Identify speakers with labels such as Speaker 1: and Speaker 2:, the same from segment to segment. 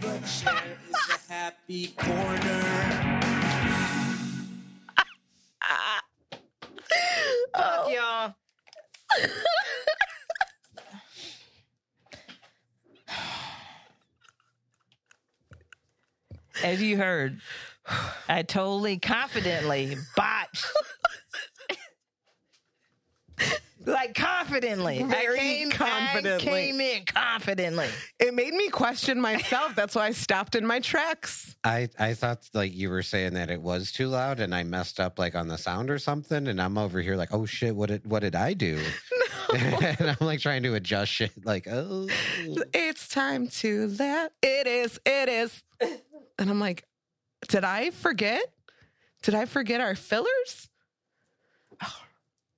Speaker 1: There is a happy corner.
Speaker 2: Fuck y'all.
Speaker 3: As you heard, I totally confidently botched. like confidently.
Speaker 2: Very
Speaker 3: I came, I
Speaker 4: confidently.
Speaker 3: came in confidently.
Speaker 4: It made me question myself. That's why I stopped in my tracks.
Speaker 5: I, I thought like you were saying that it was too loud and I messed up like on the sound or something and I'm over here like oh shit what did what did I do and I'm like trying to adjust shit like oh
Speaker 4: It's time to let it is, it is. And I'm like, did I forget? Did I forget our fillers? Oh,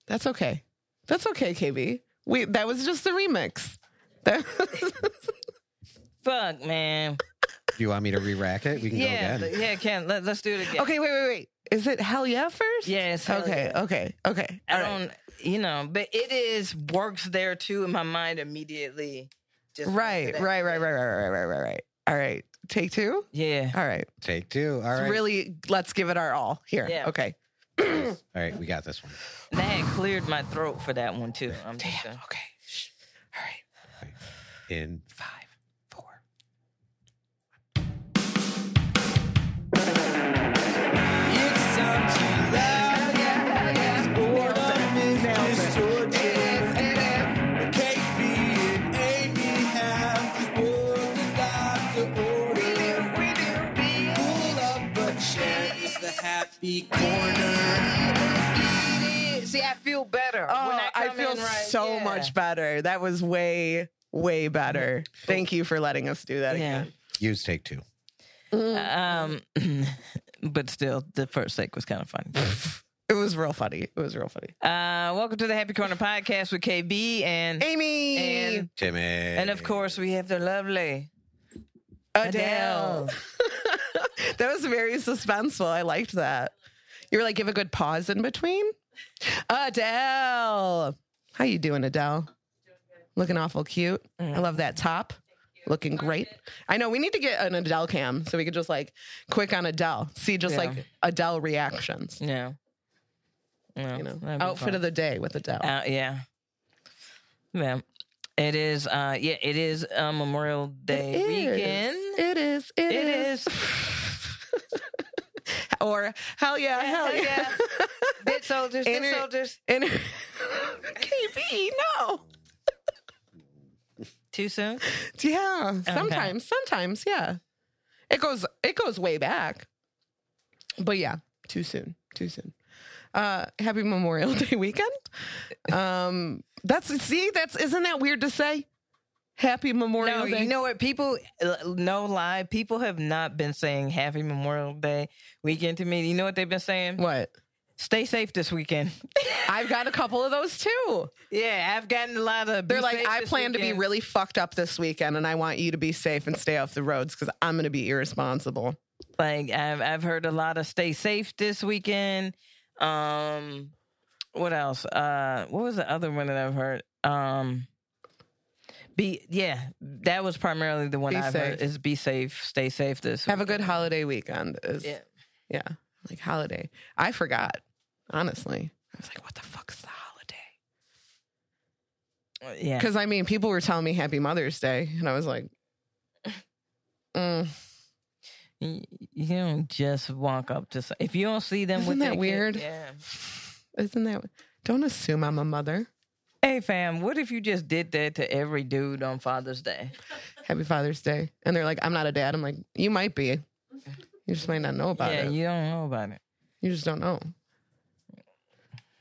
Speaker 4: that's okay. That's okay, KB. We that was just the remix. That
Speaker 3: Fuck, man.
Speaker 5: do you want me to re-rack it we can
Speaker 3: Yeah,
Speaker 5: go again
Speaker 3: yeah, Ken, let, us do it again.
Speaker 4: okay, wait, wait, wait. Is it hell yeah first?
Speaker 3: Yes. hell
Speaker 4: Okay,
Speaker 3: yeah.
Speaker 4: okay, okay.
Speaker 3: I
Speaker 4: All right.
Speaker 3: don't, you know, but it is works there too in my mind immediately. Just
Speaker 4: Right,
Speaker 3: after that.
Speaker 4: right, right, right, right, right, right, right, right. All right. Take two.
Speaker 3: Yeah.
Speaker 4: All right.
Speaker 5: take two all right
Speaker 4: Really, let's give it our all here.
Speaker 3: Yeah.
Speaker 4: Okay.
Speaker 5: all right we got this one
Speaker 3: And I had cleared my throat for that one too. I'm just
Speaker 4: Damn.
Speaker 3: saying.
Speaker 4: Okay. Shh. All right.
Speaker 5: in five four
Speaker 1: It's time to laugh. Boredom is distorted. Can't be in any hand. Just bored to die to order. Pull up a chair. It's the happy corner.
Speaker 3: See, I feel better. when
Speaker 4: Oh,
Speaker 3: I,
Speaker 4: I
Speaker 3: come
Speaker 4: feel
Speaker 3: in right.
Speaker 4: so
Speaker 3: Yeah.
Speaker 4: much better. That was way, way better. Thank you for letting us do that
Speaker 3: Yeah.
Speaker 4: again.
Speaker 5: use take two
Speaker 3: Um, but still, the first take was kind of funny.
Speaker 4: It was real funny. It was real funny.
Speaker 3: Uh, welcome to the Happy Corner Podcast with KB and
Speaker 4: Amy
Speaker 3: and
Speaker 5: Timmy
Speaker 3: and of course we have the lovely Adele.
Speaker 4: that was very suspenseful. I liked that. You were like, give a good pause in between. Adele, how you doing, Adele? Looking awful cute. I love that top. Looking great. I know we need to get an Adele cam so we could just like quick on Adele, see just
Speaker 3: Yeah.
Speaker 4: like Adele reactions.
Speaker 3: No. No,
Speaker 4: You know,
Speaker 3: that'd be
Speaker 4: outfit
Speaker 3: fun.
Speaker 4: of the day with Adele.
Speaker 3: Uh, yeah. Yeah. It is uh yeah, it is uh, Memorial Day
Speaker 4: It is.
Speaker 3: weekend.
Speaker 4: It is.
Speaker 3: It
Speaker 4: it is.
Speaker 3: is.
Speaker 4: Or hell yeah, hell,
Speaker 3: hell
Speaker 4: yeah.
Speaker 3: Dead soldiers, dead
Speaker 4: Inter-
Speaker 3: soldiers.
Speaker 4: And KB, no.
Speaker 3: Too soon?
Speaker 4: Yeah, sometimes, sometimes, yeah. It goes it goes way back. But yeah, too soon, too soon. Uh happy Memorial Day weekend. Um that's see that's isn't that weird to say? Happy Memorial
Speaker 3: No,
Speaker 4: Day.
Speaker 3: you know what? People, no lie, people have not been saying Happy Memorial Day weekend to me. You know what they've been saying?
Speaker 4: what?
Speaker 3: Stay safe this weekend.
Speaker 4: I've got a couple of those too.
Speaker 3: yeah, I've gotten a lot of.
Speaker 4: They're like, I plan to be really fucked up this weekend, and I want you to be safe and stay off the roads because I'm going to be irresponsible.
Speaker 3: Like I've I've heard a lot of stay safe this weekend. Um, what else? Uh, what was the other one that I've heard? Um, be yeah, that was primarily the one
Speaker 4: Be
Speaker 3: I've
Speaker 4: safe.
Speaker 3: heard. Is be safe, stay safe this.
Speaker 4: Have a good
Speaker 3: weekend.
Speaker 4: holiday weekend. Is,
Speaker 3: Yeah.
Speaker 4: yeah, like holiday. I forgot, honestly. I was like, what the fuck's the holiday?
Speaker 3: Yeah.
Speaker 4: Because I mean, people were telling me Happy Mother's Day, and I was like, mm,
Speaker 3: Y- You don't just walk up to some, if you don't see them. with
Speaker 4: Isn't that
Speaker 3: their kid-
Speaker 4: weird?
Speaker 3: yeah.
Speaker 4: isn't that? Don't assume I'm a mother.
Speaker 3: Hey fam, what if you just did that to every dude on Father's Day?
Speaker 4: Happy Father's Day, and they're like, I'm not a dad. I'm like, you might be. You just might not know about
Speaker 3: yeah,
Speaker 4: it.
Speaker 3: you don't know about it.
Speaker 4: You just don't know.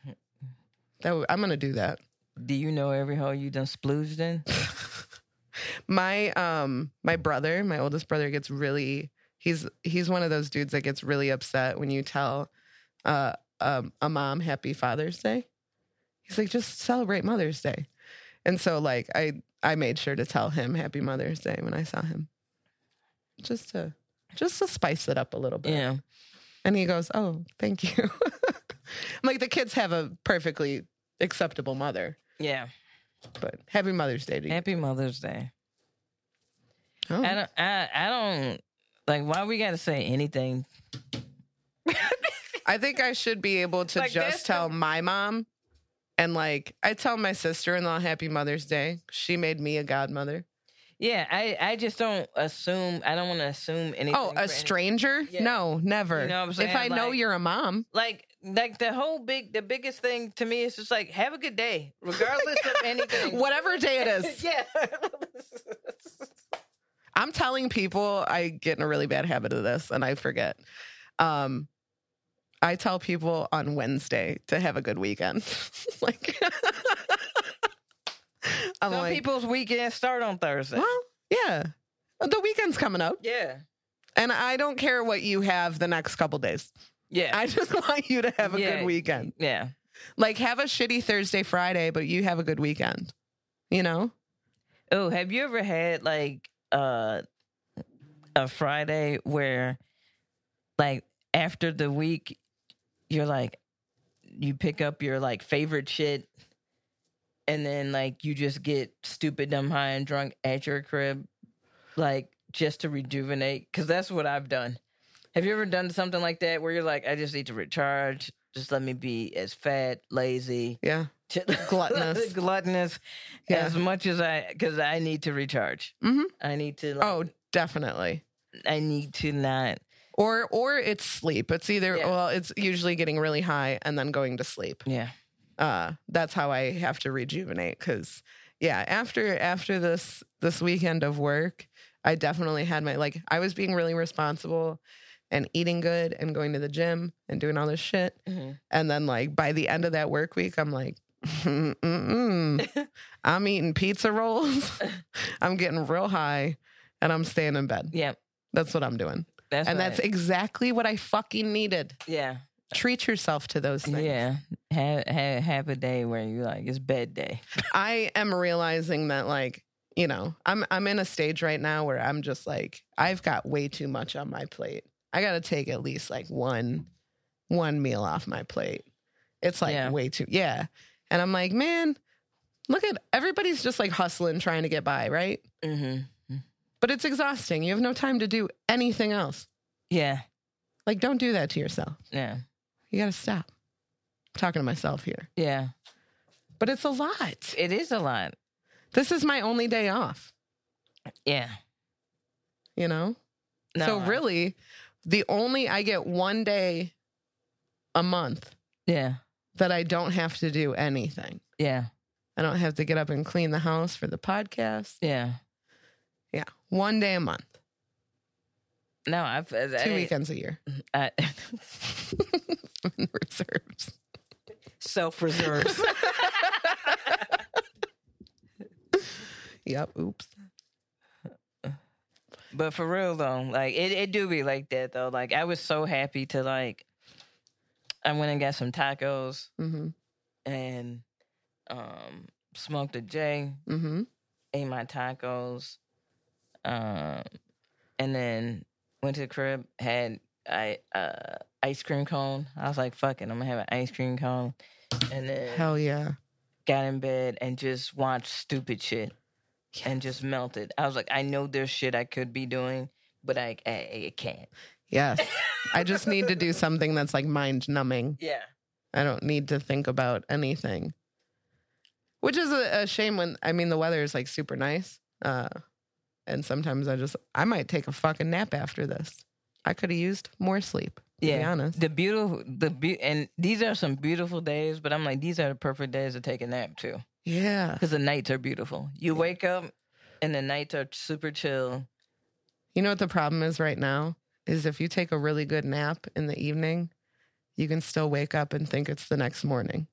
Speaker 4: That w- I'm gonna do that.
Speaker 3: Do you know every hole you done splooged in?
Speaker 4: My um my brother, my oldest brother, gets really he's he's one of those dudes that gets really upset when you tell uh um, a mom Happy Father's Day. He's like, just celebrate Mother's Day, and so like I I made sure to tell him Happy Mother's Day when I saw him, just to just to spice it up a little bit.
Speaker 3: Yeah.
Speaker 4: And he goes, Oh, thank you. I'm like, the kids have a perfectly acceptable mother,
Speaker 3: Yeah.
Speaker 4: but happy Mother's Day to you.
Speaker 3: Happy Mother's Day.
Speaker 4: Oh.
Speaker 3: I don't I, I don't Like, why we gotta say anything?
Speaker 4: I think I should be able to
Speaker 3: Like, that's
Speaker 4: just tell my mom. And like I tell my sister in law happy Mother's Day. She made me a godmother.
Speaker 3: Yeah, I, I just don't assume. I don't want to assume anything.
Speaker 4: Oh,
Speaker 3: for
Speaker 4: a
Speaker 3: any-
Speaker 4: stranger?
Speaker 3: Yeah.
Speaker 4: No, never.
Speaker 3: You know what I'm saying?
Speaker 4: If I know
Speaker 3: Like-
Speaker 4: you're a mom,
Speaker 3: Like, like the whole big, the biggest thing to me is just like, have a good day, regardless of anything.
Speaker 4: whatever day it is,
Speaker 3: yeah.
Speaker 4: I'm telling people I get in a really bad habit of this and I forget. Um I tell people on Wednesday to have a good weekend. like I'm
Speaker 3: Some
Speaker 4: like,
Speaker 3: people's weekends start on Thursday.
Speaker 4: well, yeah. The weekend's coming up.
Speaker 3: Yeah.
Speaker 4: And I don't care what you have the next couple days.
Speaker 3: Yeah.
Speaker 4: I just want you to have a
Speaker 3: Yeah.
Speaker 4: good weekend.
Speaker 3: yeah.
Speaker 4: Like have a shitty Thursday, Friday, but you have a good weekend. You know?
Speaker 3: Oh, have you ever had like uh a Friday where like after the week you're like you pick up your like favorite shit and then like you just get stupid dumb high and drunk at your crib like just to rejuvenate cuz that's what I've done. Have you ever done something like that where you're like I just need to recharge, just let me be as fat, lazy,
Speaker 4: Yeah. Gluttonous.
Speaker 3: gluttonous
Speaker 4: Yeah.
Speaker 3: as much as I because I need to recharge.
Speaker 4: Mhm.
Speaker 3: I need to. Like,
Speaker 4: Oh, definitely.
Speaker 3: I need to not.
Speaker 4: or or it's sleep it's either
Speaker 3: Yeah.
Speaker 4: well it's usually getting really high and then going to sleep
Speaker 3: Yeah,
Speaker 4: uh that's how i have to rejuvenate because yeah after after this this weekend of work i definitely had my like i was being really responsible and eating good and going to the gym and doing all this shit and then like by the end of that work week i'm like Mm-mm. i'm eating pizza rolls i'm getting real high and i'm staying in bed
Speaker 3: yeah.
Speaker 4: that's what i'm doing
Speaker 3: That's
Speaker 4: and
Speaker 3: what I-
Speaker 4: that's exactly what I fucking needed.
Speaker 3: yeah,
Speaker 4: Treat yourself to those things.
Speaker 3: yeah. Have, have have a day where you like it's bed day.
Speaker 4: I am realizing that like, you know, I'm I'm in a stage right now where I'm just like, I've got way too much on my plate. I gotta take at least like one one meal off my plate. It's like
Speaker 3: Yeah.
Speaker 4: way too yeah. And I'm like, man, look at everybody's just like hustling trying to get by, right?
Speaker 3: hmm
Speaker 4: But it's exhausting. You have no time to do anything else.
Speaker 3: Yeah,
Speaker 4: Like, don't do that to yourself.
Speaker 3: yeah,
Speaker 4: You gotta stop. I'm talking to myself here.
Speaker 3: yeah.
Speaker 4: But it's a lot.
Speaker 3: It is a lot.
Speaker 4: This is my only day off,
Speaker 3: Yeah.
Speaker 4: you know? so
Speaker 3: I-
Speaker 4: really, the only I get one day a month
Speaker 3: Yeah,
Speaker 4: that I don't have to do anything.
Speaker 3: yeah,
Speaker 4: I don't have to get up and clean the house for the podcast.
Speaker 3: yeah.
Speaker 4: Yeah. One day a month.
Speaker 3: No, I've I,
Speaker 4: Two
Speaker 3: I-
Speaker 4: weekends a year.
Speaker 3: I,
Speaker 4: Reserves.
Speaker 3: self reserves.
Speaker 4: Yep. Oops.
Speaker 3: But for real though, like it, it do be like that though. Like I was so happy to like I went and got some tacos
Speaker 4: Mm-hmm.
Speaker 3: and um smoked a J,
Speaker 4: Mm-hmm.
Speaker 3: ate my tacos, um and then went to the crib, had I uh ice cream cone. I was like, fuck it, I'm gonna have an ice cream cone. And then
Speaker 4: Hell yeah.
Speaker 3: got in bed and just watched stupid shit and just melted. I was like, I know there's shit I could be doing, but I I, I can't.
Speaker 4: Yes. I just need to do something that's like mind numbing.
Speaker 3: Yeah.
Speaker 4: I don't need to think about anything. Which is a, a shame when I mean the weather is like super nice. Uh and sometimes I just I might take a fucking nap after this. I could have used more sleep, to be honest.
Speaker 3: The beautiful, the be- and these are some beautiful days, but I'm like, these are the perfect days to take a nap too,
Speaker 4: Yeah.
Speaker 3: because the nights are beautiful. You wake up, and the nights are super chill.
Speaker 4: You know what the problem is right now? Is if you take a really good nap in the evening, you can still wake up and think it's the next morning.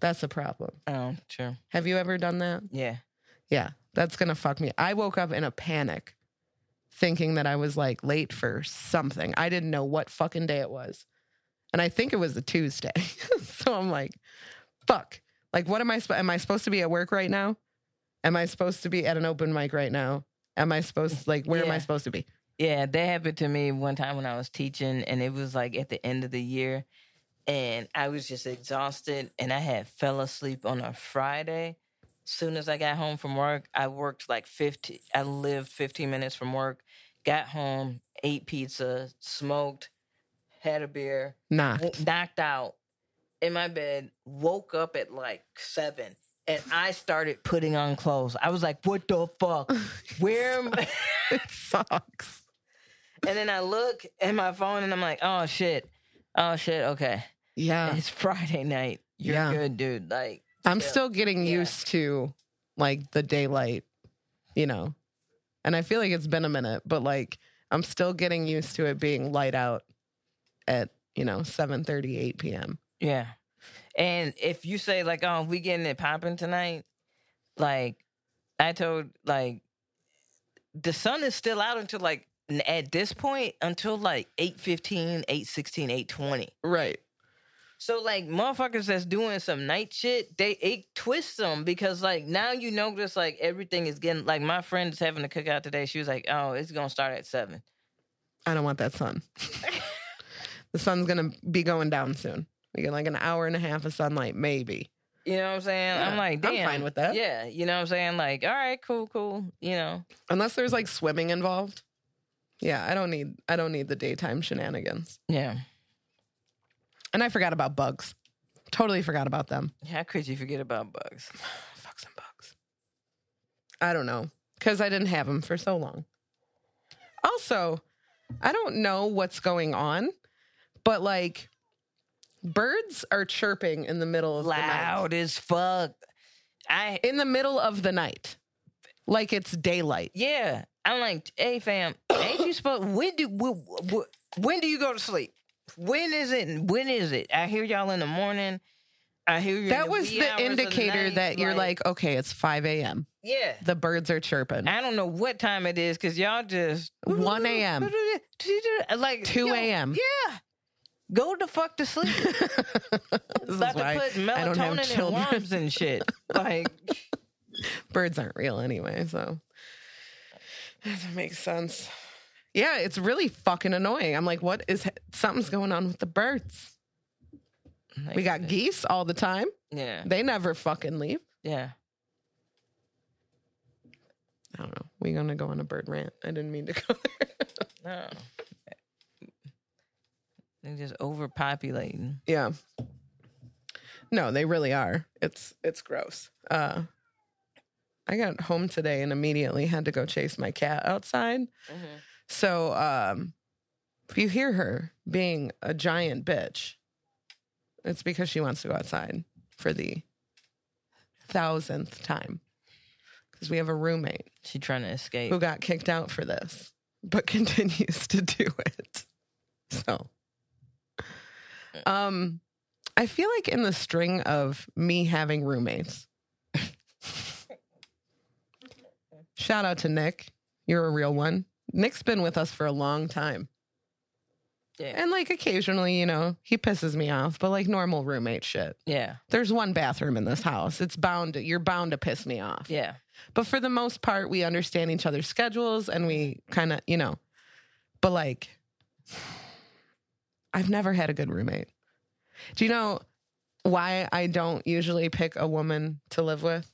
Speaker 4: That's a problem.
Speaker 3: Oh, true.
Speaker 4: Have you ever done that?
Speaker 3: Yeah,
Speaker 4: Yeah, that's gonna fuck me. I woke up in a panic thinking that I was like late for something. I didn't know what fucking day it was. And I think it was a Tuesday. so I'm like, fuck. Like, what am I? Sp- am I supposed to be at work right now? Am I supposed to be at an open mic right now? Am I supposed like where am I
Speaker 3: Yeah.
Speaker 4: supposed to be?
Speaker 3: yeah. That happened to me one time when I was teaching, and it was like at the end of the year, and I was just exhausted, and I had fell asleep on a Friday. Soon as I got home from work, I worked like 50. I lived 15 minutes from work, Got home, ate pizza, smoked, had a beer, wo-
Speaker 4: Knocked.
Speaker 3: knocked out in my bed, woke up at like seven, and I started putting on clothes. I was like, what the fuck? Where am I?
Speaker 4: it sucks.
Speaker 3: And then I look at my phone and I'm like, oh shit. Oh shit, okay.
Speaker 4: Yeah.
Speaker 3: It's Friday night. You're
Speaker 4: Uh. Yeah.
Speaker 3: good, dude. Like
Speaker 4: I'm
Speaker 3: Yeah.
Speaker 4: still getting
Speaker 3: Yeah.
Speaker 4: used to like the daylight, you know. And I feel like it's been a minute, but like I'm still getting used to it being light out at, you know, 7 8 p.m.
Speaker 3: Yeah. And if you say like, oh, we getting it popping tonight, like I told like the sun is still out until like n- at this point until like 8.15 8.16 8.20
Speaker 4: Right.
Speaker 3: so like motherfuckers that's doing some night shit they it twists them because like now you notice like everything is getting like my friend is having a cookout today she was like oh it's gonna start at seven
Speaker 4: I don't want that sun. the sun's gonna be going down soon. We get like an hour and a half of sunlight, maybe.
Speaker 3: you know what i'm saying i'm
Speaker 4: Yeah,
Speaker 3: like
Speaker 4: I'm
Speaker 3: damn
Speaker 4: fine with that.
Speaker 3: yeah you know what i'm saying like all right cool cool you know
Speaker 4: Unless there's like swimming involved. Yeah, I don't need I don't need the daytime shenanigans.
Speaker 3: yeah
Speaker 4: And I forgot about bugs. Totally forgot about them.
Speaker 3: How could you forget about bugs?
Speaker 4: Fuck some bugs. I don't know. Because I didn't have them for so long. Also, I don't know what's going on, but like birds are chirping in the middle of the night.
Speaker 3: Loud as fuck. I
Speaker 4: In the middle of the night. Like it's daylight.
Speaker 3: yeah. I'm like, hey fam, ain't you supposed? When do wh- wh- when do you go to sleep? When is it? When is it? I hear y'all in the morning. I hear you. in
Speaker 4: That was
Speaker 3: wee
Speaker 4: the
Speaker 3: hours of
Speaker 4: indicator
Speaker 3: night,
Speaker 4: that you're like, okay, it's 5 a.m.
Speaker 3: yeah.
Speaker 4: The birds are chirping.
Speaker 3: I don't know what time it is because y'all just
Speaker 4: 1 a.m.,
Speaker 3: like
Speaker 4: 2
Speaker 3: yo,
Speaker 4: a.m.
Speaker 3: Yeah, go the fuck to sleep.
Speaker 4: This is
Speaker 3: About to
Speaker 4: why
Speaker 3: put
Speaker 4: I don't have
Speaker 3: melatonin in
Speaker 4: children.
Speaker 3: worms and shit. Like
Speaker 4: birds aren't real anyway, so that makes sense. Yeah, it's really fucking annoying. I'm like, what is something's going on with the birds? We got geese all the time.
Speaker 3: yeah,
Speaker 4: They never fucking leave.
Speaker 3: yeah.
Speaker 4: I don't know. We're gonna go on a bird rant. I didn't mean to go there.
Speaker 3: No. They're just overpopulating.
Speaker 4: yeah. No, they really are. It's it's gross. Uh I got home today and immediately had to go chase my cat outside. So um, if you hear her being a giant bitch, it's because she wants to go outside for the thousandth time. Because we have a roommate
Speaker 3: She trying to escape.
Speaker 4: who got kicked out for this, but continues to do it. So, um, I feel like in the string of me having roommates, shout out to Nick. You're a real one. Nick's been with us for a long time.
Speaker 3: Yeah.
Speaker 4: And like occasionally, you know, he pisses me off, but like normal roommate shit.
Speaker 3: Yeah.
Speaker 4: There's one bathroom in this house. It's bound to, you're bound to piss me off.
Speaker 3: Yeah.
Speaker 4: But for the most part, we understand each other's schedules and we kind of, you know, but like, I've never had a good roommate. Do you know why I don't usually pick a woman to live with?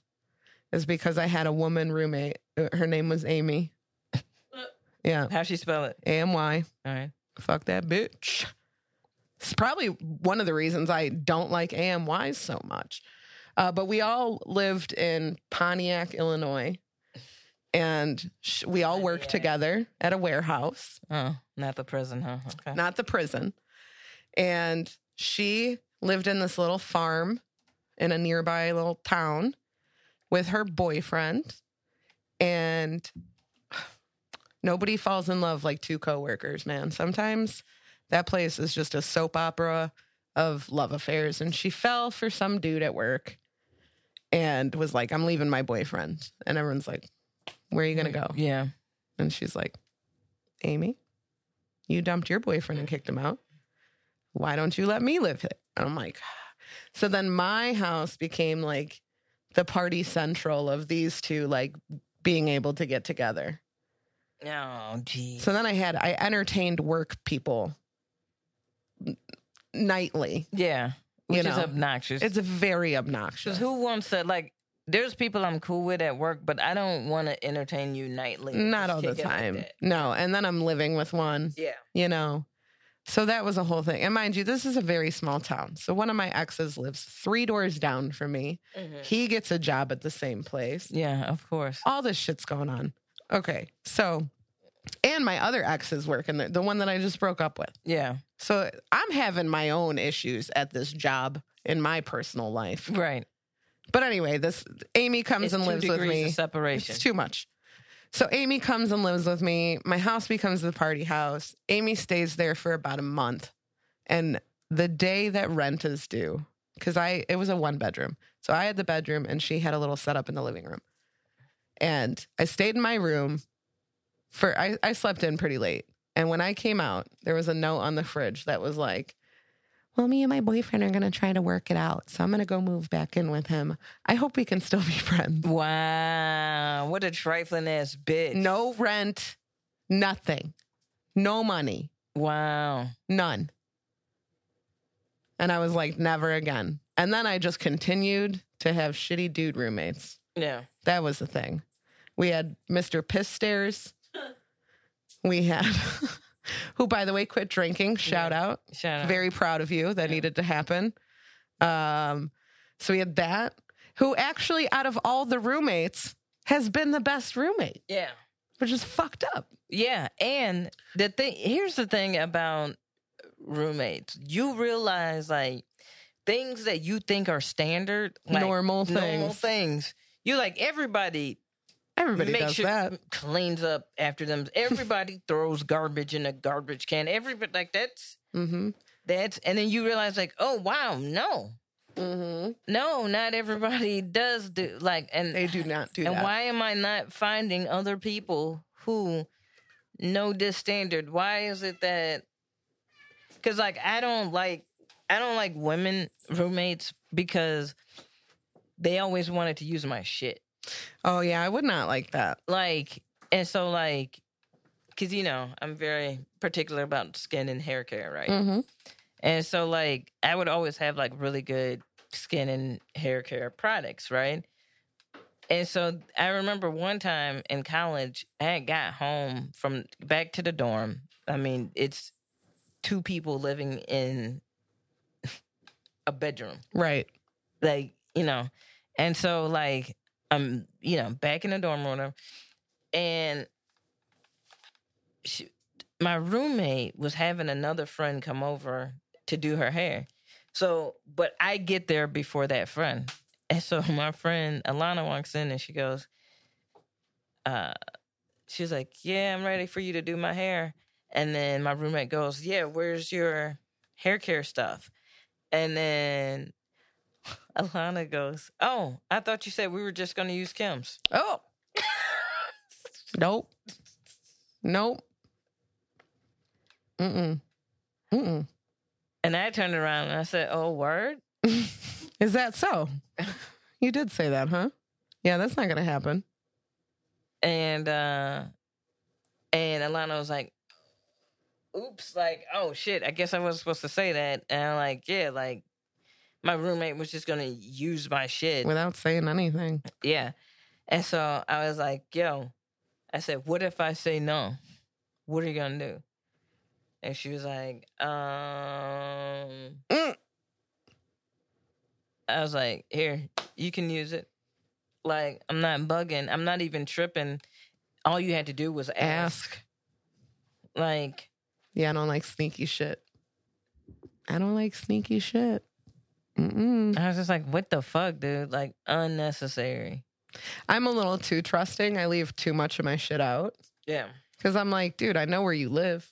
Speaker 4: Is because I had a woman roommate. Uh, Her name was Amy. Yeah,
Speaker 3: How she spell it?
Speaker 4: A M Y.
Speaker 3: All right.
Speaker 4: Fuck that bitch. It's probably one of the reasons I don't like AMYs so much. Uh, but we all lived in Pontiac, Illinois, and sh- we all worked
Speaker 3: Pontiac.
Speaker 4: together at a warehouse,
Speaker 3: Oh, not the prison, huh? Okay.
Speaker 4: not the prison. And she lived in this little farm in a nearby little town with her boyfriend. And nobody falls in love like two coworkers, man. Sometimes that place is just a soap opera of love affairs. And she fell for some dude at work and was like, I'm leaving my boyfriend. And everyone's like, Where are you going to go?
Speaker 3: Yeah.
Speaker 4: And she's like, Amy, you dumped your boyfriend and kicked him out. Why don't you let me live here? And I'm like, so then my house became like the party central of these two, like being able to get together.
Speaker 3: Oh, geez.
Speaker 4: So then I had, I entertained work people n- nightly.
Speaker 3: yeah. Which
Speaker 4: You
Speaker 3: is
Speaker 4: know,
Speaker 3: obnoxious.
Speaker 4: It's very
Speaker 3: 'Cause
Speaker 4: obnoxious.
Speaker 3: who wants to like there's people I'm cool with at work, but I don't want to entertain you nightly.
Speaker 4: Not
Speaker 3: Just
Speaker 4: all the
Speaker 3: kick it like
Speaker 4: time.
Speaker 3: that.
Speaker 4: no. And then I'm living with one,
Speaker 3: yeah.
Speaker 4: you know. So that was a whole thing. And mind you, this is a very small town. So one of my exes lives three doors down from me.
Speaker 3: Mhm.
Speaker 4: He gets a job at the same place.
Speaker 3: Yeah, of course.
Speaker 4: All this shit's going on. Okay. So, and my other exes work in there, the one that I just broke up with.
Speaker 3: Yeah.
Speaker 4: So I'm having my own issues at this job in my personal life.
Speaker 3: Right.
Speaker 4: But anyway, this Amy comes
Speaker 3: It's
Speaker 4: and
Speaker 3: two
Speaker 4: lives with
Speaker 3: degrees
Speaker 4: me.
Speaker 3: of separation.
Speaker 4: It's too much. So Amy comes and lives with me. My house becomes the party house. Amy stays there for about a month. And the day that rent is due, because I it was a one bedroom. So I had the bedroom and she had a little setup in the living room. And I stayed in my room for I, I slept in pretty late. And when I came out, there was a note on the fridge that was like, Well, me and my boyfriend are gonna try to work it out. So I'm gonna go move back in with him. I hope we can still be friends.
Speaker 3: wow. What a trifling ass bitch.
Speaker 4: No rent, nothing, no money,
Speaker 3: Wow.
Speaker 4: none. And I was like, never again. And then I just continued to have shitty dude roommates.
Speaker 3: Yeah.
Speaker 4: That was the thing. We had Mr. Piss Stairs. We had, who by the way quit drinking. Shout out.
Speaker 3: Shout out.
Speaker 4: Very proud of you. That needed to happen. Um, so we had that. Who actually, out of all the roommates, has been the best roommate,
Speaker 3: yeah.
Speaker 4: which is fucked up.
Speaker 3: Yeah, and the thing here's the thing about roommates. You realize like things that you think are standard, like
Speaker 4: normal things.
Speaker 3: normal things. You like everybody
Speaker 4: Everybody
Speaker 3: makes
Speaker 4: does
Speaker 3: sure-
Speaker 4: that.
Speaker 3: cleans up after them. Everybody throws garbage in a garbage can. Everybody like that's
Speaker 4: Mm-hmm.
Speaker 3: that's and then you realize like, oh wow, no.
Speaker 4: Mm-hmm.
Speaker 3: No, not everybody does do like and
Speaker 4: They do not do
Speaker 3: and
Speaker 4: that.
Speaker 3: why am I not finding other people who know this standard? Why is it that? Because like I don't like I don't like women roommates because they always wanted to use my shit.
Speaker 4: Oh yeah, I would not like that.
Speaker 3: Like and so like because you know I'm very particular about skin and hair care, right?
Speaker 4: Mm-hmm.
Speaker 3: And so like I would always have like really good skin and hair care products, right? And so I remember one time in college, I had got home from back to the dorm. I mean, it's two people living in a bedroom.
Speaker 4: Right.
Speaker 3: Like, you know. And so like I'm, you know, back in the dorm or whatever. And she, my roommate was having another friend come over to do her hair. So, but I get there before that friend. And so my friend Alana walks in and she goes, uh, she's like, Yeah, I'm ready for you to do my hair. And then my roommate goes, Yeah, where's your hair care stuff? And then Alana goes, Oh, I thought you said we were just going to use Kim's.
Speaker 4: Oh. nope. Nope. Mm-mm. Mm-mm.
Speaker 3: And I turned around and I said, Oh, word?
Speaker 4: Is that so? You did say that, huh? Yeah, that's not gonna happen.
Speaker 3: and uh and Alana was like, "Oops!" Like, oh shit! I guess I wasn't supposed to say that. And I'm like, yeah, like my roommate was just gonna use my shit.
Speaker 4: Without saying anything.
Speaker 3: Yeah, and so I was like, yo, I said, what if I say no? What are you gonna do? And she was like, um,
Speaker 4: Mm.
Speaker 3: I was like, here, you can use it. Like, I'm not bugging. I'm not even tripping. All you had to do was ask.
Speaker 4: Ask.
Speaker 3: Like,
Speaker 4: Yeah, I don't like sneaky shit. I don't like sneaky shit. Mm-mm.
Speaker 3: I was just like, what the fuck, dude? Like, unnecessary.
Speaker 4: I'm a little too trusting. I leave too much of my shit out.
Speaker 3: Yeah.
Speaker 4: Because I'm like, dude, I know where you live.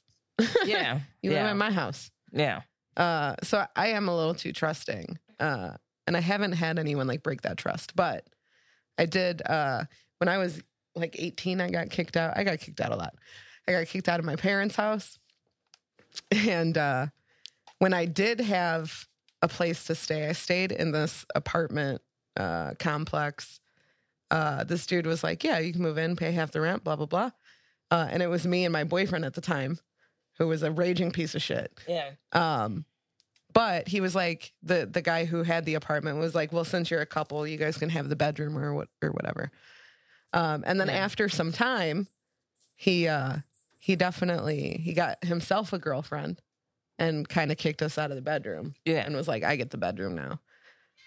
Speaker 3: Yeah.
Speaker 4: You live
Speaker 3: yeah.
Speaker 4: in my house.
Speaker 3: yeah.
Speaker 4: Uh, so I am a little too trusting. Uh, and I haven't had anyone like break that trust. But I did, uh, when I was like 18, I got kicked out. I got kicked out a lot. I got kicked out of my parents' house. And uh, when I did have a place to stay, I stayed in this apartment uh, complex. Uh, this dude was like, Yeah, you can move in, pay half the rent, blah, blah, blah. Uh, and it was me and my boyfriend at the time, who was a raging piece of shit.
Speaker 3: Yeah.
Speaker 4: Um, But he was like the the guy who had the apartment was like, well, since you're a couple, you guys can have the bedroom or what or whatever. Um, and then
Speaker 3: Yeah.
Speaker 4: after some time, he uh, he definitely he got himself a girlfriend and kind of kicked us out of the bedroom
Speaker 3: Yeah.
Speaker 4: and was like, I get the bedroom now.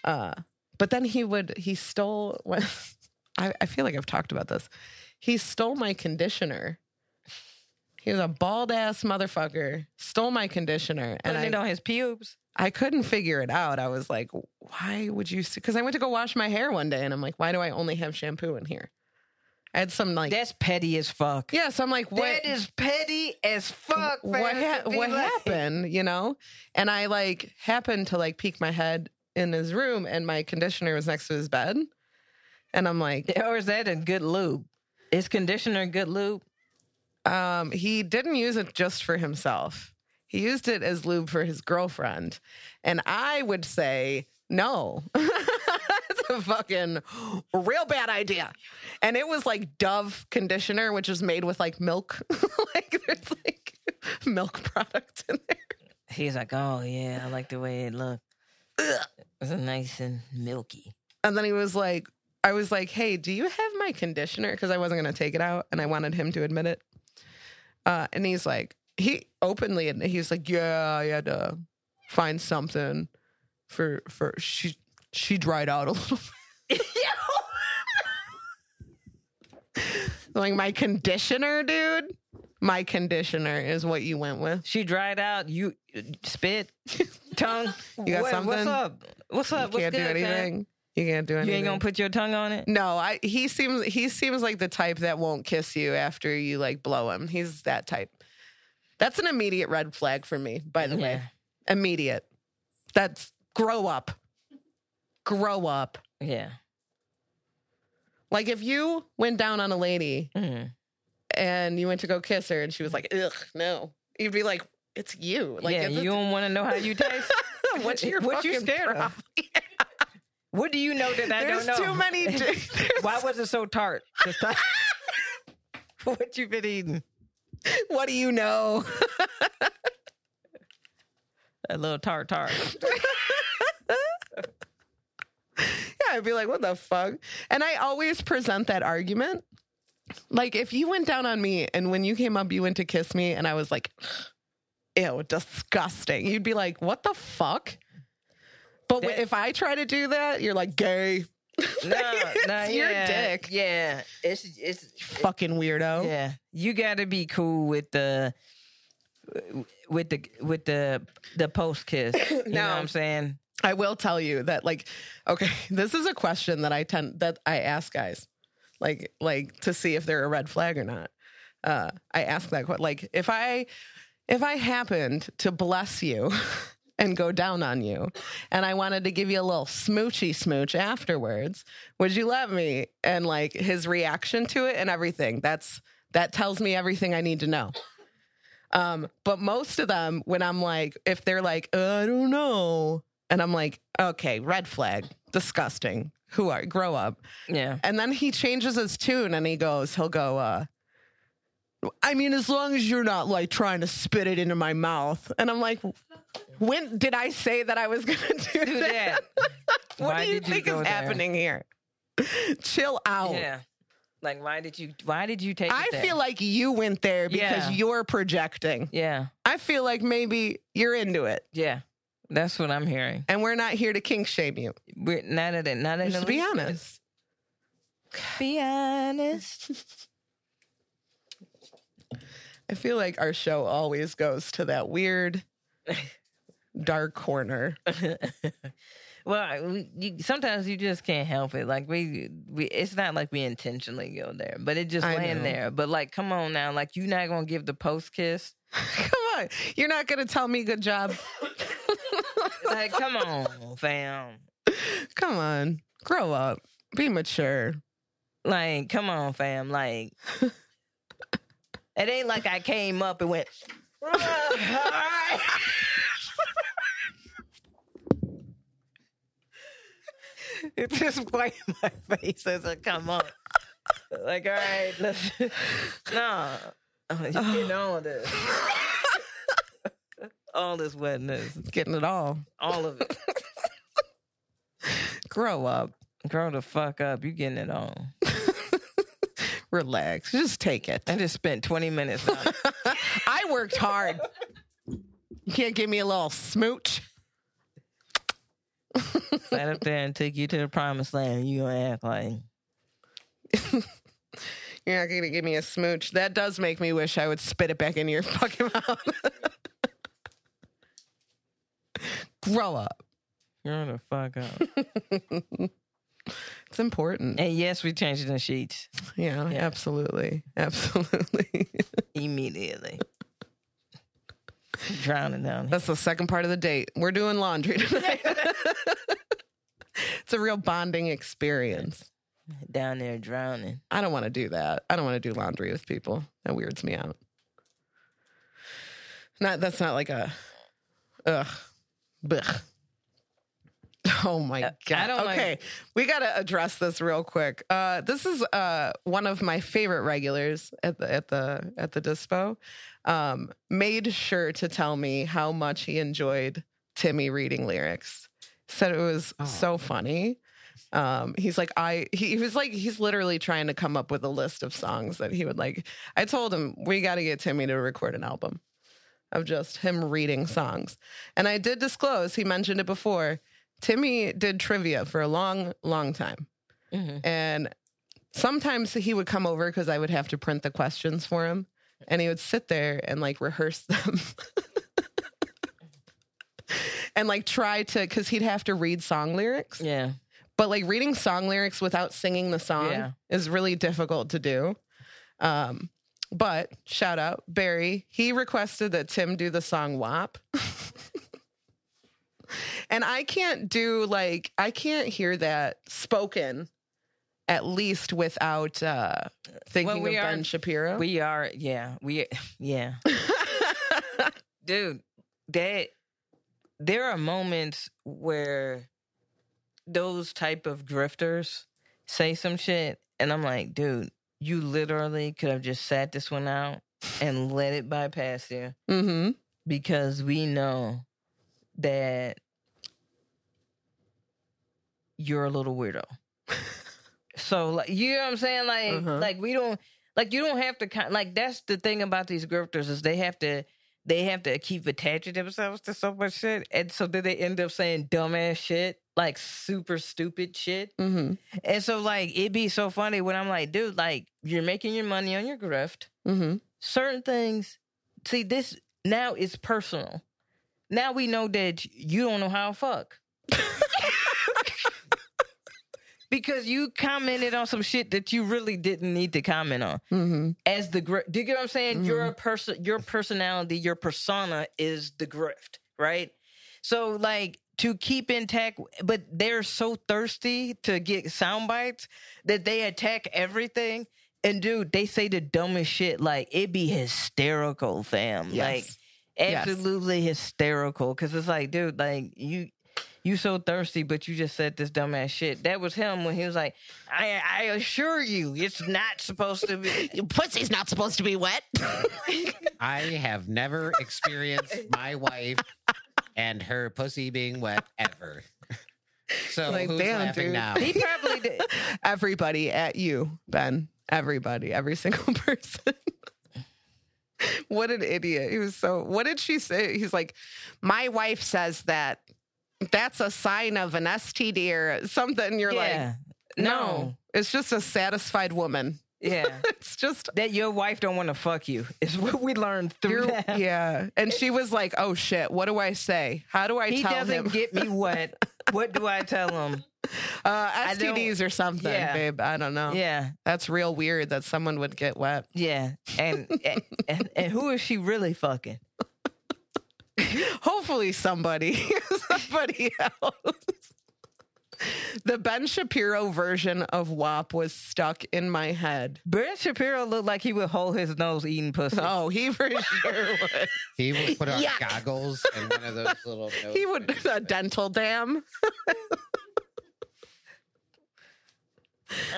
Speaker 4: Uh, but then he would he stole. I, I feel like I've talked about this. He stole my conditioner. He was a bald ass motherfucker. Stole my conditioner,
Speaker 3: Putting
Speaker 4: and I
Speaker 3: it on his pubes.
Speaker 4: I couldn't figure it out. I was like, why would you? Because I went to go wash my hair one day, and I'm like, why do I only have shampoo in here? I had some like
Speaker 3: That's petty as fuck.
Speaker 4: yeah, so I'm like, what?
Speaker 3: that is petty as fuck. for
Speaker 4: what
Speaker 3: him to
Speaker 4: ha-
Speaker 3: be
Speaker 4: what
Speaker 3: like-
Speaker 4: happened, you know? And I like happened to like peek my head in his room and my conditioner was next to his bed. And I'm like,
Speaker 3: Or is that a good lube? Is conditioner good lube?
Speaker 4: um, he didn't use it just for himself. He used it as lube for his girlfriend. And I would say, no. That's a fucking real bad idea. And it was like Dove conditioner, which is made with like milk. like there's like milk product in there.
Speaker 3: He's like, oh yeah, I like the way it looked. It's nice and milky.
Speaker 4: And then he was like, I was like, hey, do you have my conditioner? Because I wasn't going to take it out and I wanted him to admit it. Uh, and he's like, he openly, and he's like, yeah, I had to find something for, for, she, she dried out a little bit. like, my conditioner, dude. My conditioner is what you went with.
Speaker 3: She dried out. You uh, spit, tongue.
Speaker 4: You got something?
Speaker 3: What's up? What's
Speaker 4: You
Speaker 3: up? what's
Speaker 4: can't do
Speaker 3: good, fam?
Speaker 4: anything. You can't do anything.
Speaker 3: You ain't gonna put your tongue on it.
Speaker 4: No, I he seems he seems like the type that won't kiss you after you like blow him. He's that type. That's an immediate red flag for me, by the way. Immediate. That's grow up. Grow up.
Speaker 3: Yeah.
Speaker 4: Like if you went down on a lady
Speaker 3: Mhm.
Speaker 4: and you went to go kiss her and she was like, "Ugh, no." You'd be like, "It's you." Like
Speaker 3: yeah.
Speaker 4: it's-
Speaker 3: You don't want to know how you taste.
Speaker 4: what's your
Speaker 3: what you
Speaker 4: fucking
Speaker 3: scared
Speaker 4: problem?
Speaker 3: of? What do you know that I
Speaker 4: There's
Speaker 3: don't know?
Speaker 4: too many
Speaker 3: Why was it so tart? this time? what you been eating?
Speaker 4: What do you know?
Speaker 3: A little tart tart.
Speaker 4: Yeah, I'd be like, what the fuck? And I always present that argument. Like, if you went down on me and when you came up, you went to kiss me, and I was like, ew, disgusting. You'd be like, what the fuck? But
Speaker 3: That-
Speaker 4: if I try to do that, you're like, gay,
Speaker 3: No,
Speaker 4: It's
Speaker 3: no,
Speaker 4: your
Speaker 3: yeah,
Speaker 4: dick.
Speaker 3: Yeah, it's it's oh.
Speaker 4: fucking weirdo.
Speaker 3: yeah. You got to be cool with the with the with the the post kiss. You know
Speaker 4: No.
Speaker 3: what I'm saying?
Speaker 4: I will tell you that, like, okay, this is a question that I tend that I ask guys, like, like to see if they're a red flag or not. Uh, I ask that question, like, if I if I happened to bless you and go down on you, and I wanted to give you a little smoochy smooch afterwards, would you let me? And like his reaction to it and everything. That's that tells me everything I need to know. Um, but most of them, when I'm like, if they're like, "Uh, I don't know, and I'm like, okay, red flag, disgusting. Who are grow up?
Speaker 3: Yeah.
Speaker 4: And then he changes his tune and he goes, he'll go, uh, I mean, as long as you're not like trying to spit it into my mouth. And I'm like, when did I say that I was gonna do,
Speaker 3: Do
Speaker 4: that?
Speaker 3: that.
Speaker 4: What
Speaker 3: Why
Speaker 4: do you
Speaker 3: did you
Speaker 4: think
Speaker 3: go
Speaker 4: is
Speaker 3: there?
Speaker 4: happening here? Chill out.
Speaker 3: Yeah. Like why did you why did you take?
Speaker 4: I
Speaker 3: it there?
Speaker 4: feel like you went there because
Speaker 3: Yeah.
Speaker 4: you're projecting.
Speaker 3: Yeah.
Speaker 4: I feel like maybe you're into it.
Speaker 3: Yeah. That's what I'm hearing.
Speaker 4: and we're not here to kink shame you.
Speaker 3: We're not at it. Not at
Speaker 4: Just
Speaker 3: it.
Speaker 4: be honest.
Speaker 3: Be honest.
Speaker 4: I feel like our show always goes to that weird, dark corner.
Speaker 3: Well, I- we- you, sometimes you just can't help it. Like we, we, it's not like we intentionally go there, but it just
Speaker 4: I
Speaker 3: land
Speaker 4: know.
Speaker 3: there. But like, come on now, like you're not gonna give the post kiss.
Speaker 4: Come on, you're not gonna tell me good job.
Speaker 3: Like, come on, fam.
Speaker 4: Come on, grow up, be mature.
Speaker 3: Like, come on, fam. Like, it ain't like I came up and went. "Ah, alright." it just wiped my face as I come up. Like, all right, let's, no, Oh, you get on with this. all this wetness,
Speaker 4: Getting it all.
Speaker 3: all of it.
Speaker 4: Grow up.
Speaker 3: Grow the fuck up. You getting it on?
Speaker 4: Relax. Just take it.
Speaker 3: I just spent twenty minutes. On it.
Speaker 4: I worked hard. You can't give me a little smooch.
Speaker 3: Sat up there and took you to the promised land. You gonna act like
Speaker 4: You're not going to give me a smooch. That does make me wish I would spit it back into your fucking mouth. Grow up.
Speaker 3: grow the fuck up.
Speaker 4: It's important.
Speaker 3: and yes, we changed the sheets
Speaker 4: Yeah,
Speaker 3: Yeah.
Speaker 4: absolutely. Absolutely.
Speaker 3: immediately. Drowning down. here.
Speaker 4: That's the second part of the date. We're doing laundry tonight. it's a real bonding experience.
Speaker 3: down there drowning.
Speaker 4: I don't want to do that. I don't want to do laundry with people. That weirds me out. Not that's not like a ugh. Blech. Oh my
Speaker 3: Uh, I
Speaker 4: god.
Speaker 3: don't like-
Speaker 4: okay. we got to address this real quick. Uh this is uh one of my favorite regulars at the at the at the dispo. Um made sure to tell me how much he enjoyed Timmy reading lyrics. Said it was
Speaker 5: Aw.
Speaker 4: so funny. Um, he's like, I, he, he was like, he's literally trying to come up with a list of songs that he would like. I told him, we got to get Timmy to record an album of just him reading songs. And I did disclose, he mentioned it before. Timmy did trivia for a long, long time. Mm-hmm.
Speaker 3: Mhm.
Speaker 4: And sometimes he would come over because I would have to print the questions for him. And he would sit there and like rehearse them. and like try to, because he'd have to read song lyrics
Speaker 3: Yeah.
Speaker 4: but like reading song lyrics without singing the song
Speaker 3: Yeah.
Speaker 4: is really difficult to do. Um, but shout out Barry, he requested that Tim do the song WAP. and I can't do like I can't hear that spoken at least without uh thinking
Speaker 3: we
Speaker 4: of
Speaker 3: are-
Speaker 4: Ben Shapiro.
Speaker 3: We are, yeah, we, yeah, dude. That there are moments where those type of drifters say some shit, and I'm like, dude, you literally could have just sat this one out and let it bypass you
Speaker 4: mm-hmm.
Speaker 3: because we know that you're a little weirdo. so like you know what I'm saying? Like
Speaker 4: Uh-huh.
Speaker 3: like we don't like you don't have to kind like that's the thing about these grifters is they have to they have to keep attaching themselves to so much shit. And so then they end up saying dumbass shit, like super stupid shit.
Speaker 4: Mm-hmm.
Speaker 3: And so like it'd be so funny when I'm like, dude, like you're making your money on your grift
Speaker 4: Mm-hmm.
Speaker 3: certain things see this now is personal now we know that you don't know how to fuck because you commented on some shit that you really didn't need to comment on
Speaker 4: Mm-hmm.
Speaker 3: as the grift do you get what i'm saying your person your personality your persona is the grift right so like to keep intact but they're so thirsty to get sound bites that they attack everything and dude they say the dumbest shit like it be hysterical fam like
Speaker 4: Yes. Yes.
Speaker 3: absolutely hysterical because it's like dude like you you so thirsty but you just said this dumbass shit that was him when he was like i i assure you it's not supposed to be
Speaker 4: Your pussy's not supposed to be wet.
Speaker 5: I have never experienced my wife and her pussy being wet ever. So
Speaker 4: Like,
Speaker 5: who's
Speaker 4: damn,
Speaker 5: laughing
Speaker 4: dude.
Speaker 5: now?
Speaker 3: he probably did
Speaker 4: everybody at you, Ben. Everybody, every single person. what an idiot. He was so what did she say? He's like, My wife says that that's a sign of an STD or something. You're
Speaker 3: yeah
Speaker 4: like, no,
Speaker 3: no
Speaker 4: it's just a satisfied woman.
Speaker 3: yeah
Speaker 4: It's just
Speaker 3: that your wife don't want to fuck you is what we learned
Speaker 4: you're,
Speaker 3: through that.
Speaker 4: yeah. And she was like, Oh shit, what do I say? How do I
Speaker 3: he
Speaker 4: tell
Speaker 3: doesn't
Speaker 4: him
Speaker 3: get me wet what do i tell him
Speaker 4: uh,
Speaker 3: don't-
Speaker 4: STDs or something,
Speaker 3: Yeah.
Speaker 4: babe? I don't know.
Speaker 3: yeah
Speaker 4: That's real weird that someone would get wet.
Speaker 3: yeah and and, and who is she really fucking
Speaker 4: Hopefully, somebody, somebody else. The Ben Shapiro version of WAP was stuck in my head.
Speaker 3: ben shapiro looked like he would hold his nose eating pussy
Speaker 4: Oh, he for sure would.
Speaker 5: He would put on
Speaker 4: Yuck.
Speaker 5: goggles and one of those little. nose
Speaker 4: He would
Speaker 5: bridges
Speaker 4: a
Speaker 5: things.
Speaker 4: dental dam.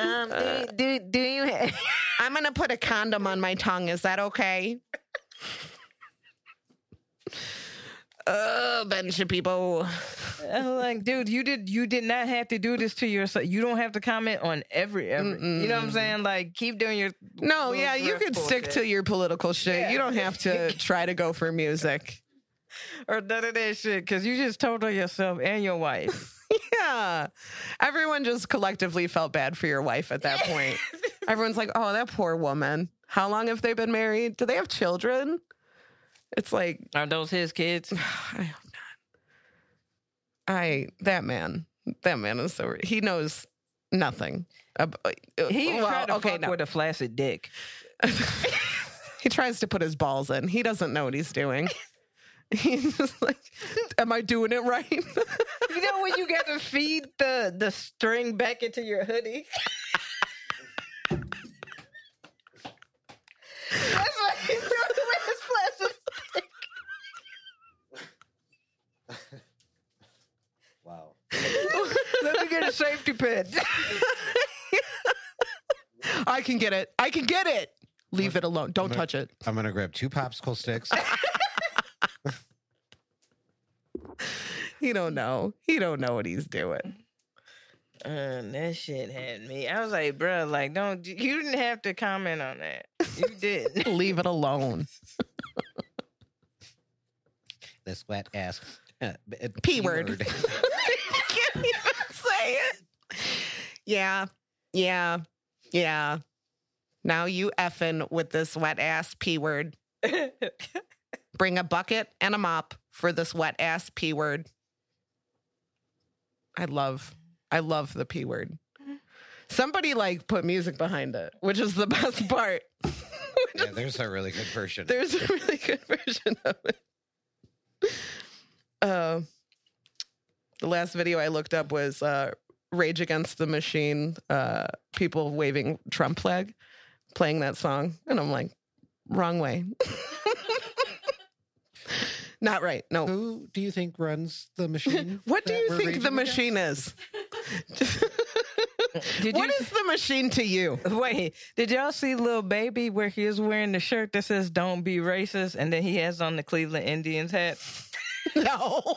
Speaker 3: um, do, do, do you have
Speaker 4: I'm gonna put a condom on my tongue. Is that okay? Oh, bunch of people.
Speaker 3: I'm like, dude, you did you did not have to do this to yourself. You don't have to comment on every every. You know what I'm
Speaker 4: Mm-mm.
Speaker 3: saying? Like, keep doing your.
Speaker 4: No,
Speaker 3: Little
Speaker 4: yeah, you
Speaker 3: drift
Speaker 4: could stick to
Speaker 3: bullshit.
Speaker 4: your political shit.
Speaker 3: Yeah.
Speaker 4: You don't have to try to go for music.
Speaker 3: or none of that shit because you just told on yourself and your wife.
Speaker 4: Yeah. Everyone just collectively felt bad for your wife at that point. Everyone's like, oh, that poor woman. How long have they been married? Do they have children? It's like,
Speaker 3: Are those his kids?
Speaker 4: I hope not. I, that man, that man is so, he knows nothing. ab- uh,
Speaker 3: He
Speaker 4: well,
Speaker 3: tried to fuck
Speaker 4: no.
Speaker 3: with a flaccid dick.
Speaker 4: he tries to put his balls in. He doesn't know what he's doing. He's just like, am I doing it right?
Speaker 3: You know when you got to feed the the string back into your hoodie. That's what he's doing with his flaccid.
Speaker 5: Wow.
Speaker 3: Let me get a safety pin.
Speaker 4: I can get it. I can get it. Leave it alone. Don't touch it.
Speaker 5: I'm gonna grab two popsicle sticks.
Speaker 4: He don't know. He don't know what he's doing.
Speaker 3: Um, that shit had me. I was like, bro, like, don't you didn't have to comment on that. You didn't.
Speaker 4: Leave it alone.
Speaker 5: this wet ass uh,
Speaker 4: P word. can't even say it. Yeah. Yeah. Yeah. Now you effing with this wet ass P word. Bring a bucket and a mop for this wet ass P word. I love, I love the P word. Somebody like put music behind it, which is the best part.
Speaker 5: yeah, there's a really good version.
Speaker 4: There's a really good version of it. Uh, the last video I looked up was uh, Rage Against the Machine, uh, people waving Trump flag, playing that song. And I'm like, wrong way. Not right. No.
Speaker 5: Who do you think runs the machine?
Speaker 4: What do
Speaker 5: that
Speaker 4: you
Speaker 5: we're
Speaker 4: think the
Speaker 5: raging against?
Speaker 4: machine is?
Speaker 3: Did
Speaker 4: What
Speaker 3: you
Speaker 4: is the machine to you?
Speaker 3: wait? Did y'all see Lil Baby where he is wearing the shirt that says "Don't be racist" and then he has on the Cleveland Indians hat?
Speaker 4: No.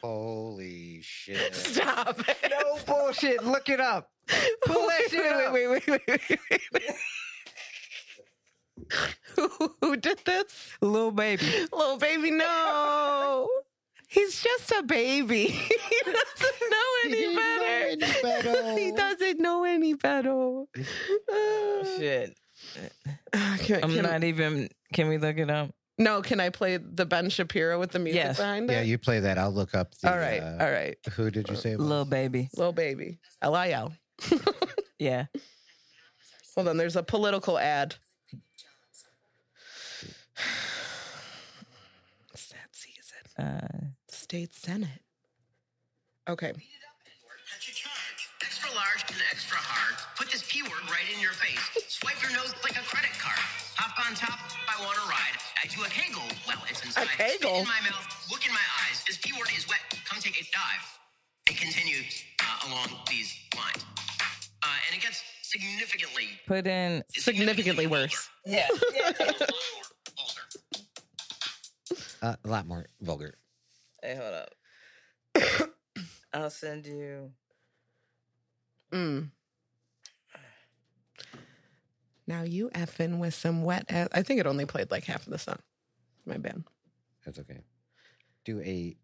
Speaker 5: Holy shit!
Speaker 4: Stop it.
Speaker 3: No Oh, bullshit. Look it up. Pull that shit up.
Speaker 4: wait, wait, wait, wait, wait, wait, wait. who, who did this?
Speaker 3: Lil Baby.
Speaker 4: Little baby, no. He's just a baby. he doesn't know any
Speaker 5: didn't know
Speaker 4: better.
Speaker 5: any better.
Speaker 4: he doesn't know any better.
Speaker 3: Shit.
Speaker 4: Uh, can,
Speaker 3: I'm
Speaker 4: Um, can-
Speaker 3: not even. Can we look it up?
Speaker 4: no, can I play the Ben Shapiro with the music
Speaker 3: Yes.
Speaker 4: behind it?
Speaker 5: Yeah, you play that. I'll look up. The,
Speaker 4: all right,
Speaker 5: uh,
Speaker 4: all right.
Speaker 5: Who did you say? it was?
Speaker 3: Lil Baby.
Speaker 4: Little baby. L I L.
Speaker 3: Yeah.
Speaker 4: Hold on, there's a political ad. It's that season.
Speaker 3: Uh,
Speaker 4: State Senate. Okay.
Speaker 2: That's your charge. Extra large and extra hard. Put this P word right in your face. Swipe your nose like a credit card. Hop on top. I want to ride. I do a kegel while it's inside.
Speaker 4: A kegel?
Speaker 2: Spit in my mouth. Look in my eyes. This P word is wet. Come take a dive. It continues uh, along these lines. Uh, and it gets significantly
Speaker 3: put in.
Speaker 4: Significantly worse.
Speaker 3: Yeah.
Speaker 2: older.
Speaker 5: Uh, a lot more vulgar.
Speaker 3: Hey, hold up. I'll send you.
Speaker 4: Mm. Now you effing with some wet ass. I think it only played like half of the song. My bad.
Speaker 5: That's okay. Do a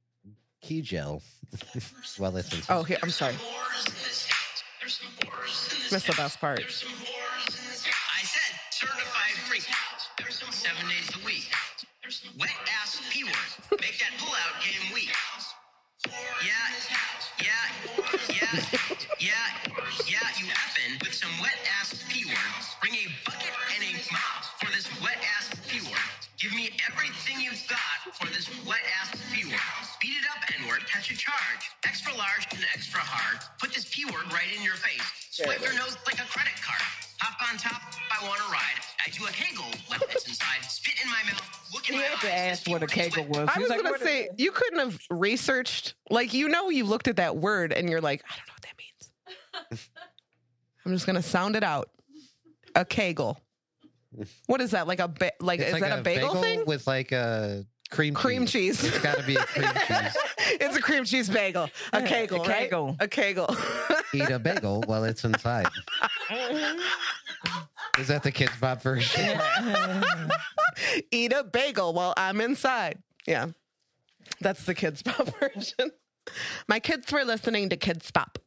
Speaker 5: key gel. well, listen.
Speaker 4: Oh, here. I'm sorry.
Speaker 2: Boars in this house. There's some boars in this
Speaker 4: Missed the
Speaker 2: house.
Speaker 4: best part.
Speaker 2: There's some whores in this house. I said certified freak. There's some seven days a week. There's some wet ass P word. Make that pullout game weak. Yeah, yeah, yeah, yeah, yeah, you effin' with some wet ass P word. Bring a bucket and a mop for this wet ass P word. Give me everything you've got for this wet ass P word. Beat it up, N word, catch a charge. Extra large and extra hard. Put this P word right in your face. Swipe your nose like a credit card. Hop on top, I want to ride. I do a kegel while it's inside. Spit in my mouth, look in
Speaker 3: You
Speaker 2: my
Speaker 3: had to
Speaker 2: eyes.
Speaker 3: ask what a kegel was.
Speaker 4: I
Speaker 3: He's
Speaker 4: was
Speaker 3: like,
Speaker 4: gonna
Speaker 3: "What is
Speaker 4: say
Speaker 3: it?"
Speaker 4: you couldn't have researched. Like you know, you looked at that word and you're like, I don't know what that means. I'm just gonna sound it out. A kegel. What is that? Like a ba- like
Speaker 5: It's
Speaker 4: is that a bagel, thing?
Speaker 5: with like a cream
Speaker 4: cream cheese.
Speaker 5: It's got to be a cream cheese.
Speaker 4: it's a cream cheese bagel. A kegel,
Speaker 3: A
Speaker 4: right?
Speaker 3: kegel.
Speaker 4: A kegel.
Speaker 5: Eat a bagel while it's inside. Is that the kids' Bob version?
Speaker 4: Eat a bagel while I'm inside. Yeah. That's the kids pop version. My kids were listening to kids pop.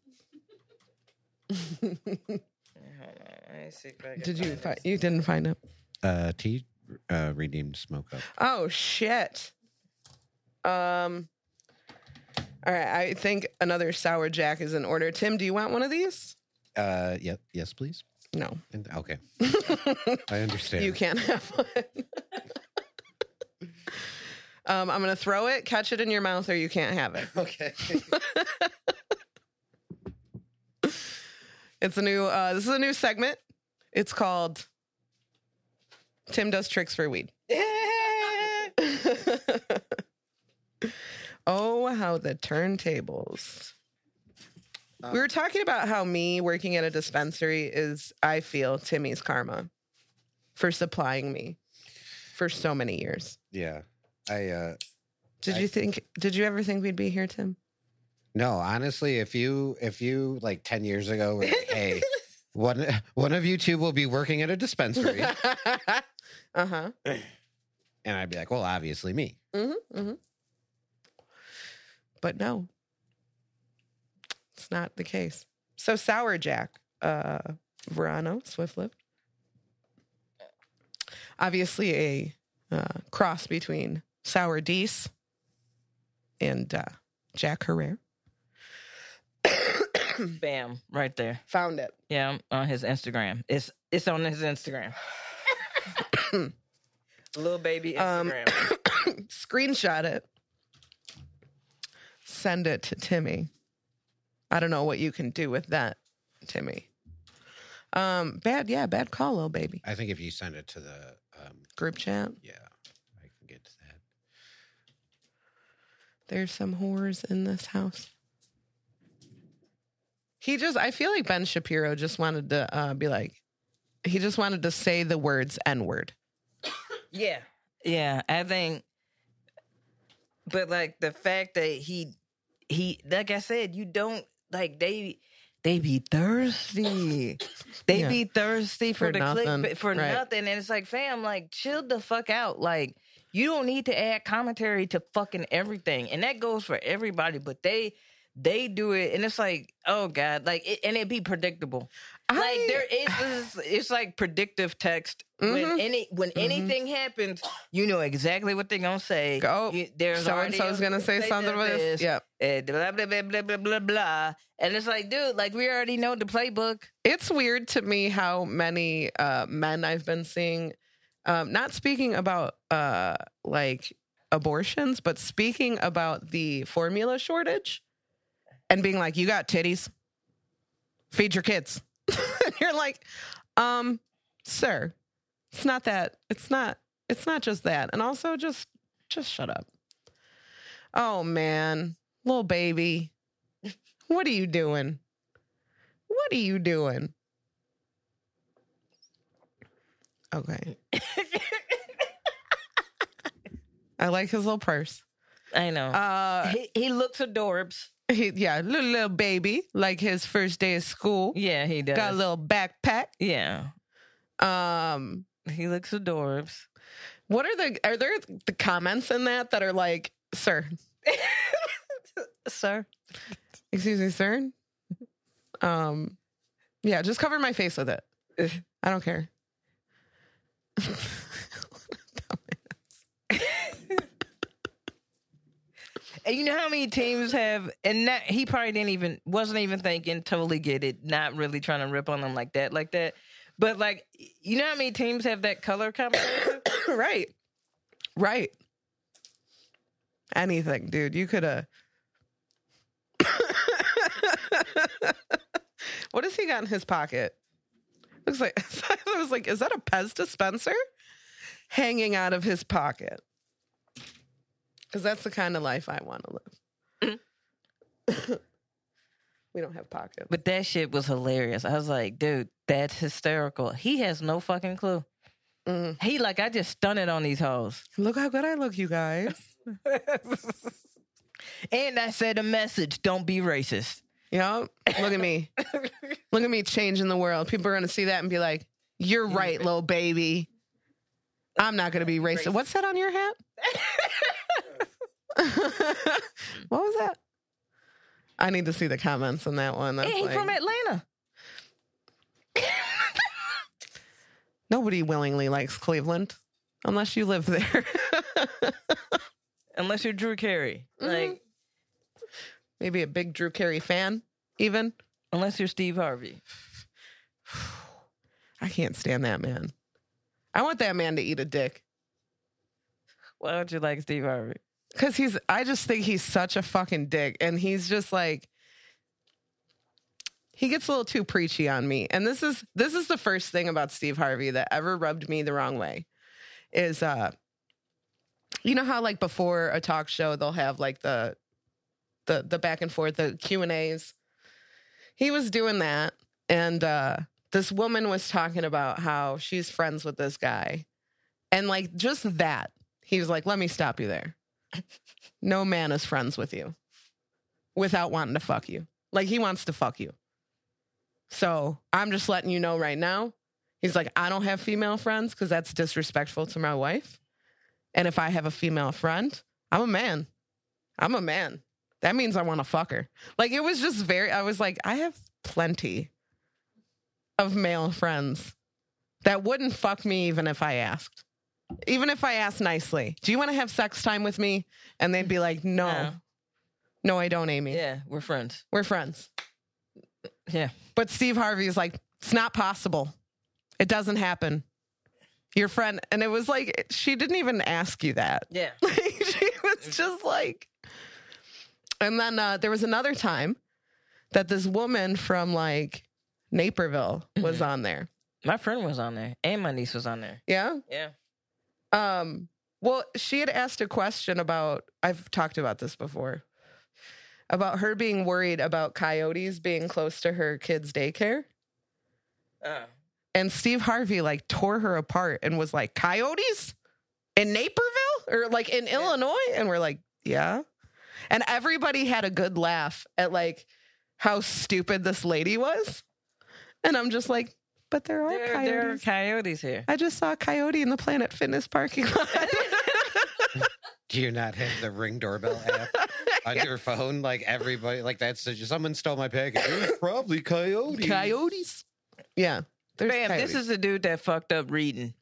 Speaker 4: Did you find you didn't find it?
Speaker 5: Uh, T uh, redeemed smoke up.
Speaker 4: Oh shit. Um all right, I think another sour jack is in order. Tim, do you want one of these?
Speaker 5: Uh, yep. Yes, please.
Speaker 4: No.
Speaker 5: And- Okay. I understand.
Speaker 4: You can't have one. um, I'm gonna throw it, catch it in your mouth, or you can't have it.
Speaker 5: Okay.
Speaker 4: It's a new. Uh, this is a new segment. It's called Tim does tricks for weed. oh, how the turntables.
Speaker 5: Uh.
Speaker 4: we were talking about how me working at a dispensary is, I feel, Timmy's karma for supplying me for so many years.
Speaker 5: yeah. I uh
Speaker 4: Did
Speaker 5: I-
Speaker 4: you think? Did you ever think we'd be here, Tim?
Speaker 5: no, honestly, if you if you like 10 years ago were like, "Hey, one one of you two will be working at a dispensary."
Speaker 4: uh huh.
Speaker 5: and I'd be like, "Well, obviously me."
Speaker 4: hmm hmm But no, it's not the case. So Sour Jack, uh, Verano, Swift Lip. Obviously, a uh, cross between Sour Dees and uh, Jack Herrera.
Speaker 3: Bam, right there.
Speaker 4: Found it.
Speaker 3: Yeah, on his Instagram. It's it's on his Instagram. Little baby
Speaker 4: Um,
Speaker 3: Instagram.
Speaker 4: Screenshot it. Send it to Timmy. I don't know what you can do with that, Timmy. Um, bad, yeah, bad call, oh baby.
Speaker 5: I think if you send it to the um
Speaker 4: group chat.
Speaker 5: yeah, I can get to that.
Speaker 4: There's some whores in this house. He just, I feel like Ben Shapiro just wanted to uh, be like, he just wanted to say the words N word.
Speaker 3: yeah, yeah. I think, but like the fact that he he like I said, you don't like they they be thirsty. They
Speaker 4: Yeah.
Speaker 3: be thirsty for,
Speaker 4: For
Speaker 3: the
Speaker 4: nothing,
Speaker 3: click for
Speaker 4: right.
Speaker 3: nothing, and it's like, fam, like chill the fuck out, like. You don't need to add commentary to fucking everything. And that goes for everybody, but they they do it and it's like, oh God, like it, and it be predictable. like
Speaker 4: I-
Speaker 3: there is this- it's like predictive text
Speaker 4: Mhm.
Speaker 3: when any when anything happens you know exactly what they're gonna say
Speaker 4: Go.
Speaker 3: you, there's
Speaker 4: so and so's
Speaker 3: already-
Speaker 4: gonna say something about this. Yep.
Speaker 3: eh, blah, blah blah blah blah blah blah and it's like dude like we already know the playbook
Speaker 4: It's weird to me how many uh, men I've been seeing, um, not speaking about uh, like abortions, but speaking about the formula shortage and being like, you got titties, feed your kids. And You're like, um, sir, it's not that. It's not, it's not just that. And also just, just shut up. Oh man, little baby, what are you doing? What are you doing? Okay. I like his little purse.
Speaker 3: i know
Speaker 4: Uh,
Speaker 3: he, he looks adorbs
Speaker 4: he, yeah, little little baby, like his first day of school.
Speaker 3: yeah he does
Speaker 4: Got a little backpack.
Speaker 3: yeah
Speaker 4: Um,
Speaker 3: he looks adorbs
Speaker 4: what are the are there the comments in that that are like, sir,
Speaker 3: sir
Speaker 4: excuse me, sir? Um, yeah, just cover my face with it. I don't care.
Speaker 3: And you know how many teams have, and that he probably didn't even wasn't even thinking. Totally get it. Not really trying to rip on them like that, like that. But like, you know how many teams have that color combination?
Speaker 4: right. Right. Anything, dude. You could have. what has he got in his pocket? Looks like I was like, is that a Pez dispenser hanging out of his pocket? Because that's the kind of life I want to live. we don't have pockets.
Speaker 3: but that shit was hilarious. I was like, dude, that's hysterical. He has no fucking clue.
Speaker 4: Mm.
Speaker 3: He like, I just stunted on these hoes.
Speaker 4: Look how good I look, you guys.
Speaker 3: And I said a message, don't be racist.
Speaker 4: Yep. Look at me. Look at me changing the world. People are going to see that and be like, you're right, little baby. I'm not going to be racist. What's that on your hat? what was that? I need to see the comments on that one. That's
Speaker 3: and he
Speaker 4: like,
Speaker 3: from Atlanta.
Speaker 4: nobody willingly likes Cleveland unless you live there.
Speaker 3: Unless you're Drew Carey. Like,
Speaker 4: Maybe a big Drew Carey fan, even.
Speaker 3: unless you're Steve Harvey.
Speaker 4: I can't stand that man. I want that man to eat a dick.
Speaker 3: Why don't you like Steve Harvey?
Speaker 4: Cause he's, I just think he's such a fucking dick, and he's just like, he gets a little too preachy on me. And this is this is the first thing about Steve Harvey that ever rubbed me the wrong way, is uh, you know how like before a talk show they'll have like the, the the back and forth, the Q and As. He was doing that, and uh, this woman was talking about how she's friends with this guy, and like just that, he was like, "Let me stop you there." no man is friends with you without wanting to fuck you. Like he wants to fuck you. So I'm just letting you know right now. He's like, I don't have female friends because that's disrespectful to my wife. And if I have a female friend, I'm a man. I'm a man. That means I want to fuck her. Like it was just very, I was like, I have plenty of male friends that wouldn't fuck me even if I asked. Even if I asked nicely, do you want to have sex time with me? And they'd be like, no. No,
Speaker 3: No.
Speaker 4: I don't, Amy.
Speaker 3: Yeah, we're friends.
Speaker 4: We're friends.
Speaker 3: Yeah.
Speaker 4: But Steve Harvey is like, it's not possible. It doesn't happen. Your friend, and it was like, she didn't even ask you that.
Speaker 3: Yeah.
Speaker 4: Like, she was just like. And then uh, there was another time that this woman from like Naperville was on there.
Speaker 3: My friend was on there. And my niece was on there.
Speaker 4: Yeah.
Speaker 3: Yeah.
Speaker 4: Um, well, she had asked a question about, I've talked about this before, about her being worried about coyotes being close to her kids' daycare.
Speaker 3: Uh,
Speaker 4: And Steve Harvey like tore her apart and was like, Coyotes in Naperville or like in Illinois? And we're like, Yeah. And everybody had a good laugh at like how stupid this lady was. And I'm just like, But there are
Speaker 3: there,
Speaker 4: coyotes.
Speaker 3: there are coyotes here.
Speaker 4: I just saw a coyote in the Planet Fitness parking lot.
Speaker 5: Do you not have the Ring doorbell app on your phone? Like everybody, like that's someone stole my package. It was probably coyote.
Speaker 4: coyotes. Yeah. There's
Speaker 3: Bam, this
Speaker 4: coyotes.
Speaker 3: is the dude that fucked up reading.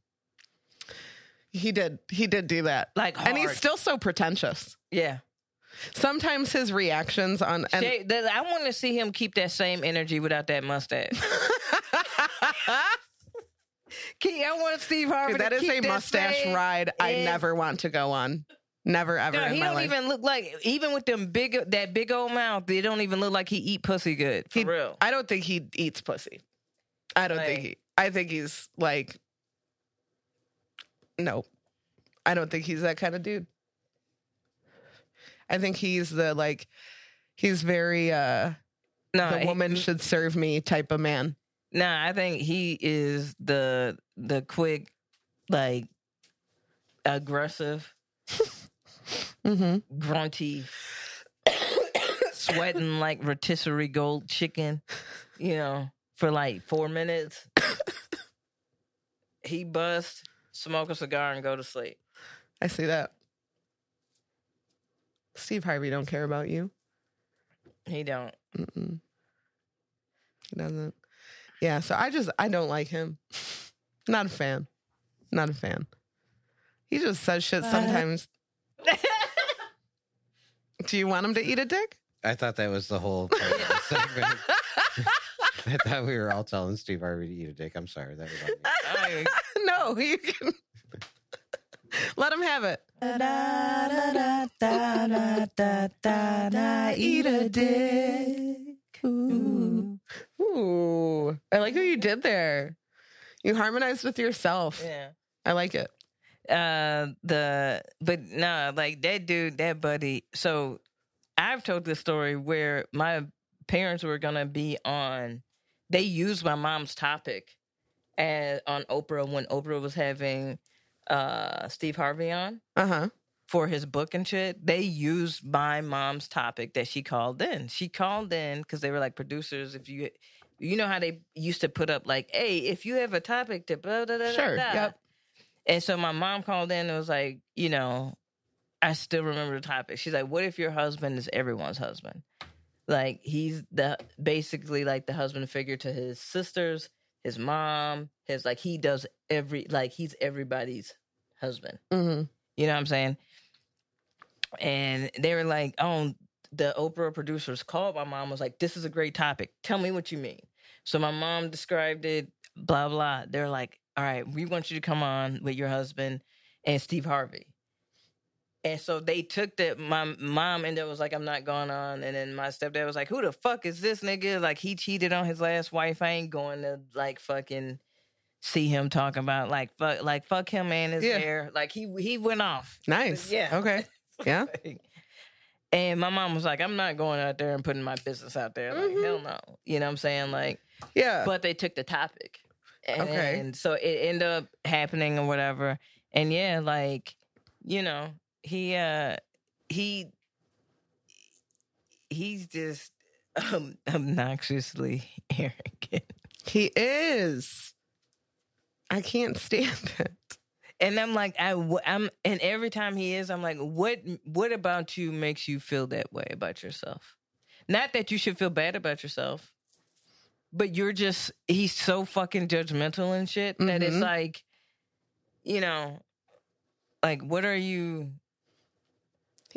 Speaker 4: he did he did do that.
Speaker 3: Like hard.
Speaker 4: And he's still so pretentious.
Speaker 3: yeah.
Speaker 4: Sometimes his reactions on and
Speaker 3: Shay- th- I want to see him keep that same energy without that mustache. Key, I want Steve Harvey.
Speaker 4: Dude, that
Speaker 3: to
Speaker 4: is
Speaker 3: keep
Speaker 4: a
Speaker 3: that
Speaker 4: mustache
Speaker 3: same-
Speaker 4: ride I
Speaker 3: and-
Speaker 4: never want to go on. Never ever
Speaker 3: No,
Speaker 4: in
Speaker 3: he
Speaker 4: my
Speaker 3: don't
Speaker 4: life.
Speaker 3: even look like even with them big that big old mouth. They don't even look like he eat pussy good for
Speaker 4: He-
Speaker 3: real.
Speaker 4: I don't think he eats pussy. I don't think
Speaker 3: Like-
Speaker 4: he. I think he's like. No, I don't think he's that kind of dude. I think he's the like, he's very uh
Speaker 3: no,
Speaker 4: the
Speaker 3: he-
Speaker 4: woman should serve me type of man.
Speaker 3: Nah, I think he is the the quick, like aggressive,
Speaker 4: Mm-hmm.
Speaker 3: grunty, sweating like rotisserie gold chicken, you know, for like four minutes. he bust, smoke a cigar, and go to sleep.
Speaker 4: I see that. Steve Harvey don't care about you.
Speaker 3: He don't.
Speaker 4: Mm-mm. He doesn't. Yeah, so I just I don't like him. Not a fan. Not a fan. He just says shit sometimes. Do you want him to eat a dick?
Speaker 5: I thought that was the whole point of the segment. I thought we were all telling Steve Harvey to eat a dick. I'm sorry, that was on me.
Speaker 3: I-
Speaker 4: no, you can. Let him have it. eat a dick. Ooh. Ooh. I like what you did there. You harmonized with yourself.
Speaker 3: yeah.
Speaker 4: I like it.
Speaker 3: uh the but nah, like that dude that buddy so i've told this story where my parents were gonna be on they used my mom's topic as on Oprah when Oprah was having uh, Steve Harvey on
Speaker 4: Uh huh.
Speaker 3: for his book and shit. They used my mom's topic that she called in. She called in because they were like producers. If you, you know how they used to put up like, hey, if you have a topic to blah blah blah
Speaker 4: Sure,
Speaker 3: blah.
Speaker 4: yep.
Speaker 3: And so my mom called in and was like, you know, I still remember the topic. She's like, what if your husband is everyone's husband? Like he's the basically like the husband figure to his sisters, his mom, his like he does every like he's everybody's husband.
Speaker 4: Mm-hmm.
Speaker 3: You know what I'm saying? And they were like, oh, the Oprah producers called my mom, was like, this is a great topic. Tell me what you mean. So my mom described it, blah, blah. They're like, all right, we want you to come on with your husband and Steve Harvey. And so they took that my mom and that was like, I'm not going on. And then my stepdad was like, Who the fuck is this nigga? Like he cheated on his last wife. I ain't going to like fucking see him talking about like fuck like fuck him and his
Speaker 4: Yeah.
Speaker 3: hair. Like he he went off.
Speaker 4: Nice.
Speaker 3: Yeah.
Speaker 4: Okay. Yeah.
Speaker 3: And my mom was like, I'm not going out there and putting my business out there. Like,
Speaker 4: Mhm.
Speaker 3: hell no. You know what I'm saying? Like,
Speaker 4: Yeah.
Speaker 3: but they took the topic. And
Speaker 4: Uh, Okay.
Speaker 3: then- so it ended up happening or whatever. And yeah, like, you know, he uh he he's just um, obnoxiously arrogant.
Speaker 4: he is. I can't stand it.
Speaker 3: And I'm like, I, w- I'm, and every time he is, I'm like, what, what about you makes you feel that way about yourself? Not that you should feel bad about yourself, but you're just, he's so fucking judgmental and shit that it's
Speaker 4: Mhm.
Speaker 3: like, you know, like, what are you?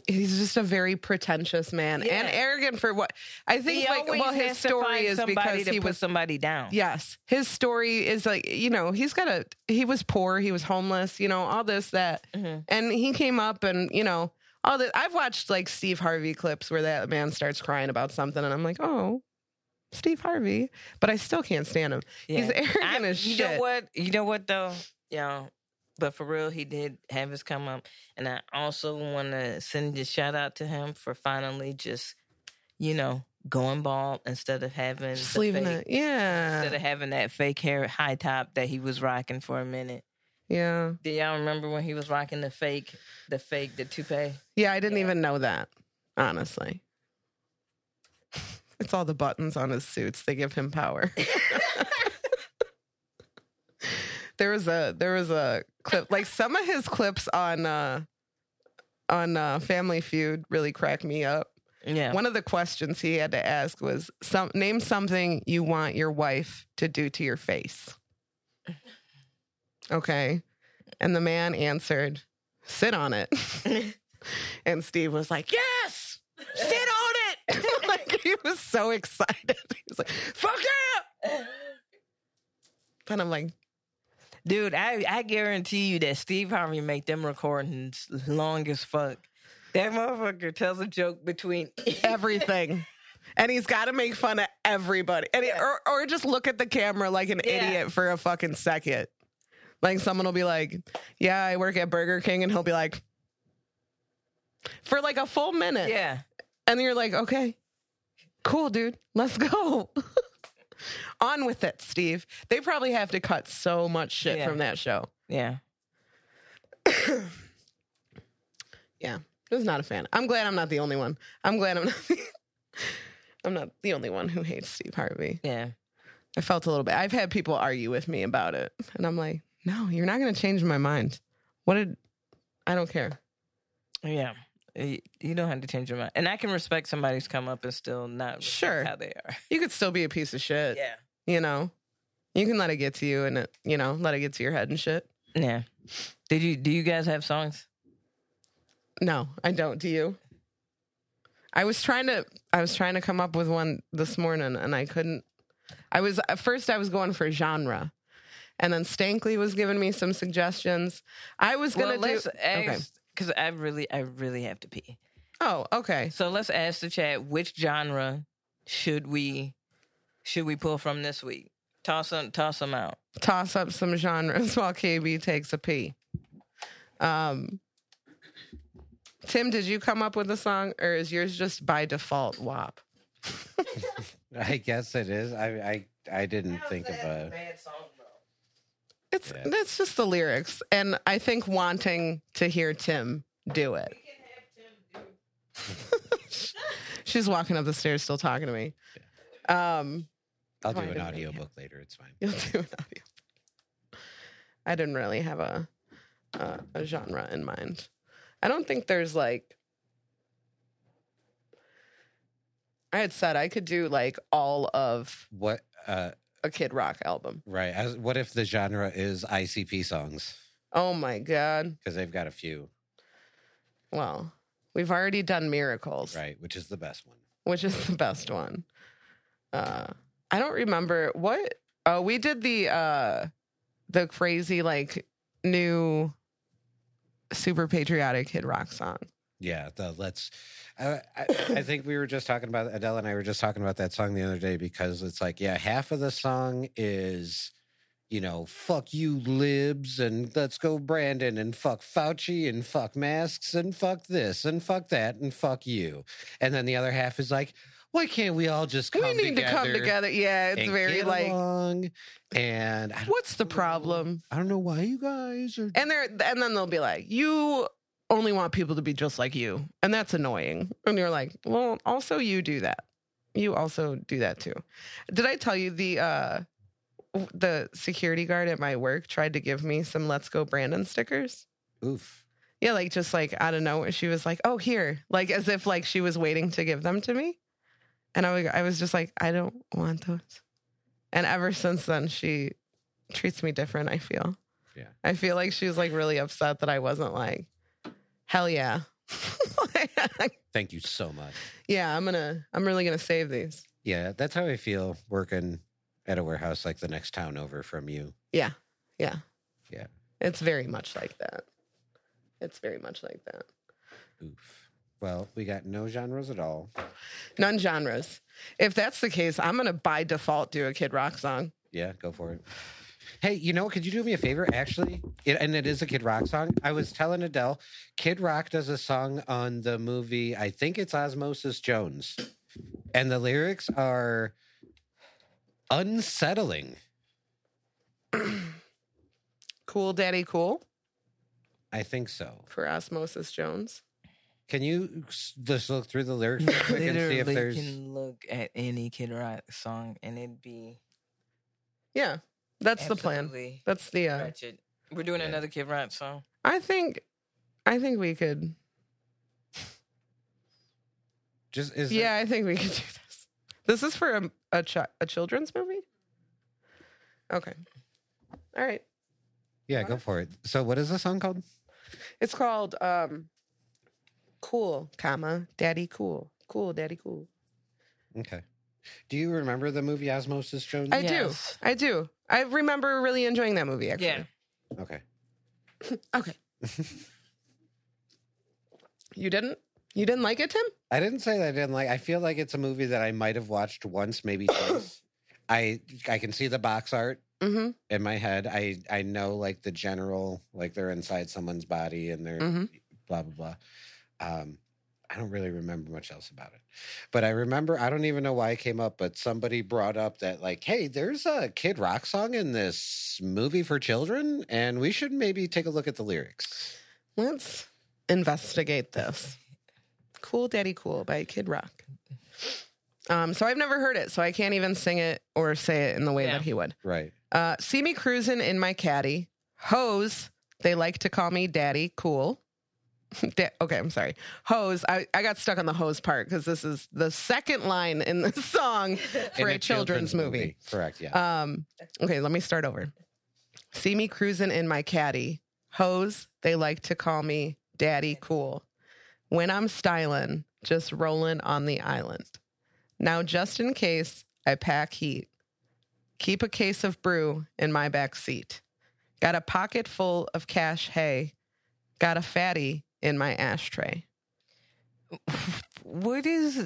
Speaker 4: He's just a very pretentious man
Speaker 3: Yeah.
Speaker 4: and arrogant for what I think.
Speaker 3: He
Speaker 4: like,
Speaker 3: always
Speaker 4: well, his
Speaker 3: has to
Speaker 4: story
Speaker 3: find
Speaker 4: is
Speaker 3: somebody
Speaker 4: because
Speaker 3: to
Speaker 4: he
Speaker 3: put
Speaker 4: was
Speaker 3: somebody down.
Speaker 4: Yes. His story is like, you know, he's got a, he was poor, he was homeless, you know, all this, that.
Speaker 3: Mhm.
Speaker 4: And he came up and, you know, all this. I've watched like Steve Harvey clips where that man starts crying about something and I'm like, oh, Steve Harvey. But I still can't stand him. He's
Speaker 3: Yeah.
Speaker 4: arrogant
Speaker 3: I-
Speaker 4: as
Speaker 3: you
Speaker 4: shit.
Speaker 3: know what? You know what though? Yeah. But for real, he did have his come up. And I also want to send a shout out to him for finally just, you know, going bald instead of having
Speaker 4: Just
Speaker 3: the
Speaker 4: leaving
Speaker 3: fake-
Speaker 4: it. Yeah.
Speaker 3: instead of having that fake hair high top that he was rocking for a minute.
Speaker 4: yeah.
Speaker 3: Do y'all remember when he was rocking the fake, the fake, the toupee?
Speaker 4: Yeah. I didn't
Speaker 3: Yeah.
Speaker 4: even know that, honestly. it's all the buttons on his suits, they give him power. there was a there was a clip like some of his clips on uh on uh family feud really cracked me up
Speaker 3: Yeah.
Speaker 4: one of the questions he had to ask was some name something you want your wife to do to your face okay and the man answered sit on it and steve was like yes sit on it like he was so excited he was like fuck yeah and i'm like
Speaker 3: Dude, I, I guarantee you that Steve Harvey make them recordings long as fuck. That motherfucker tells a joke between
Speaker 4: everything. And he's got to make fun of everybody, and he-
Speaker 3: Yeah.
Speaker 4: or or just look at the camera like an
Speaker 3: Yeah.
Speaker 4: idiot for a fucking second. Like someone will be like, "Yeah, I work at Burger King," and he'll be like, for like a full minute,
Speaker 3: Yeah.
Speaker 4: and you're like, "Okay, cool, dude, let's go." On with it, Steve. They probably have to cut so much shit
Speaker 3: Yeah.
Speaker 4: from that show.
Speaker 3: Yeah.
Speaker 4: Yeah, just not a fan. I'm glad I'm not the only one. I'm glad I'm not. I'm not the only one who hates Steve Harvey.
Speaker 3: Yeah.
Speaker 4: I felt a little bit. I've had people argue with me about it, and I'm like, no, you're not going to change my mind. What did I don't care.
Speaker 3: Yeah. Y- You don't have to change your mind. And I can respect somebody's come up and still not respect
Speaker 4: Sure.
Speaker 3: how they are.
Speaker 4: You could still be a piece of shit.
Speaker 3: Yeah.
Speaker 4: You know, you can let it get to you, and it, you know, let it get to your head and shit.
Speaker 3: Yeah. Did you do you guys have songs?
Speaker 4: No, I don't. Do you? I was trying to. I was trying to come up with one this morning, and I couldn't. I was at first. I was going for genre, and then Stankley was giving me some suggestions. I was
Speaker 3: Well,
Speaker 4: gonna
Speaker 3: let's
Speaker 4: do.
Speaker 3: ask because I really I really have to pee.
Speaker 4: Oh, okay.
Speaker 3: So let's ask the chat which genre should we should we pull from this week? Toss them toss them out.
Speaker 4: toss up some genres while KB takes a pee. Um, Tim, did you come up with a song, or is yours just by default WAP?
Speaker 5: I guess it is. I I, I didn't think of a.
Speaker 4: It's
Speaker 5: Yeah.
Speaker 4: that's just the lyrics, and I think wanting to hear Tim do it. She's walking up the stairs, still talking to me. Um,
Speaker 5: I'll
Speaker 4: Oh,
Speaker 5: do
Speaker 4: I
Speaker 5: an
Speaker 4: didn't really
Speaker 5: audiobook later. It's fine.
Speaker 4: you'll do an audio. I didn't really have a uh, a genre in mind. I don't think there's like. I had said I could do like all of
Speaker 5: What? Uh,
Speaker 4: a Kid Rock album.
Speaker 5: right. As, what if the genre is ICP songs?
Speaker 4: Oh my god!
Speaker 5: Because they've got a few,
Speaker 4: Well, we've already done miracles.
Speaker 5: right? Which is the best one.
Speaker 4: which is the best one. Uh, I don't remember what. Oh, we did the uh, the crazy like new super patriotic Kid Rock song.
Speaker 5: Yeah, the let's. I, I, I think we were just talking about Adele and I were just talking about that song the other day because it's like, yeah, half of the song is, you know, fuck you libs and let's go Brandon and fuck Fauci and fuck masks and fuck this and fuck that and fuck you, and then the other half is like, why can't we all just come
Speaker 4: we need to come together. Yeah, it's
Speaker 5: and
Speaker 4: very
Speaker 5: get
Speaker 4: like,
Speaker 5: along? and I don't,
Speaker 4: what's the problem?
Speaker 5: I don't know why you guys are
Speaker 4: And they're and then they'll be like, you only want people to be just like you, and that's annoying. And you're like, well, also you do that. You also do that too. Did I tell you the uh w- the security guard at my work tried to give me some "Let's Go Brandon" stickers?
Speaker 5: oof.
Speaker 4: Yeah, like just like I don't know. She was like, "Oh, here," like as if like she was waiting to give them to me, and I was I was just like, "I don't want those." And ever since then, she treats me different. I feel.
Speaker 5: Yeah.
Speaker 4: I feel like she was like really upset that I wasn't like, hell yeah,
Speaker 5: Thank you so much.
Speaker 4: yeah. I'm gonna I'm really gonna save these.
Speaker 5: Yeah, that's how I feel working at a warehouse like the next town over from you.
Speaker 4: Yeah, yeah,
Speaker 5: Yeah.
Speaker 4: It's very much like that. It's very much like that.
Speaker 5: Oof. Well, we got no genres at all.
Speaker 4: None genres. If that's the case, I'm gonna by default do a Kid Rock song.
Speaker 5: Yeah, go for it. Hey, you know, could you do me a favor? Actually, it, and it is a Kid Rock song. I was telling Adele, Kid Rock does a song on the movie, I think it's Osmosis Jones. And the lyrics are unsettling.
Speaker 4: Cool Daddy Cool
Speaker 5: I think so.
Speaker 4: for Osmosis Jones.
Speaker 5: Can you s- just look through the lyrics real quick and see if
Speaker 3: Literally
Speaker 5: there's.
Speaker 3: can look at any Kid Rock song and it'd be
Speaker 4: Yeah, that's the plan.
Speaker 3: absolutely
Speaker 4: That's the. Uh,
Speaker 3: Wretched. We're doing
Speaker 5: Yeah.
Speaker 3: another Kid Rock song.
Speaker 4: I think, I think we could.
Speaker 5: Just is
Speaker 4: yeah, I think we could do this. This is for a a, chi- a children's movie. Okay, all right.
Speaker 5: Yeah, go for it. So, what is the song called?
Speaker 4: It's called um, Cool, comma Daddy Cool, Cool Daddy Cool.
Speaker 5: Okay. Do you remember the movie Osmosis Jones?
Speaker 4: I
Speaker 3: Yes.
Speaker 4: do, I do. I remember really enjoying that movie. Actually,
Speaker 3: Yeah.
Speaker 5: okay.
Speaker 4: Okay. you didn't? You didn't like it, Tim?
Speaker 5: I didn't say that I didn't like. I feel like it's a movie that I might have watched once, maybe twice. I I can see the box art
Speaker 4: Mm-hmm.
Speaker 5: in my head. I I know like the general like they're inside someone's body and they're
Speaker 4: Mm-hmm.
Speaker 5: blah blah blah. Um, I don't really remember much else about it, but I remember I don't even know why it came up, but somebody brought up that like, hey, there's a Kid Rock song in this movie for children, and we should maybe take a look at the lyrics.
Speaker 4: Let's investigate this. Cool Daddy Cool by Kid Rock. Um, so I've never heard it, so I can't even sing it or say it in the way
Speaker 3: Yeah.
Speaker 4: that he would.
Speaker 5: Right.
Speaker 4: Uh, see me cruising in my caddy. Hose, they like to call me Daddy Cool. Da- okay, I'm sorry. Hose, I, I got stuck on the hose part because this is the second line in the song for
Speaker 5: In
Speaker 4: a, children's, movie.
Speaker 5: Correct. Yeah.
Speaker 4: Um, okay, let me start over. See me cruising in my caddy. Hoes, they like to call me Daddy Cool. When I'm styling, just rolling on the island. Now, just in case, I pack heat. Keep a case of brew in my back seat. Got a pocket full of cash hay. Got a fatty in my ashtray.
Speaker 3: What is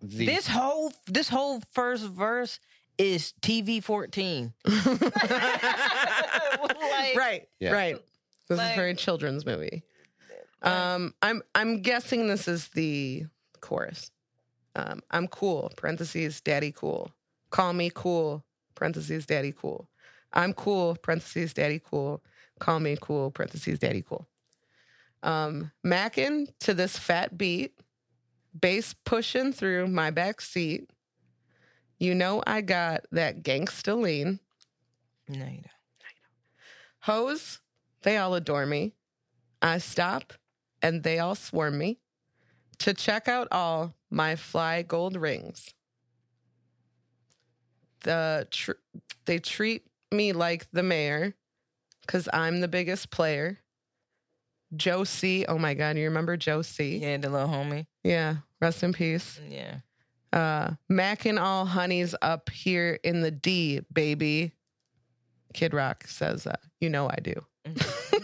Speaker 5: The-
Speaker 3: this whole this whole first verse is TV fourteen. Like-
Speaker 4: right,
Speaker 5: Yeah.
Speaker 4: right. This
Speaker 3: Like-
Speaker 4: is very children's movie. Um, I'm I'm guessing this is the chorus. Um, I'm cool. Parentheses, daddy cool. Call me cool. Parentheses, daddy cool. I'm cool, parentheses, daddy cool. Call me cool, parentheses, daddy cool. Um, Mackin to this fat beat, bass pushing through my back seat. You know I got that gangsta lean.
Speaker 3: No, you
Speaker 4: Hoes, they all adore me. I stop and they all swarm me to check out all my fly gold rings. The tr- they treat me like the mayor because I'm the biggest player. Josie, oh my God, you remember Josie?
Speaker 3: don't. Yeah, the little homie.
Speaker 4: yeah rest in peace
Speaker 3: Yeah.
Speaker 4: uh mac and all honeys up here in the d baby kid rock says uh, you know i do
Speaker 3: Mm-hmm.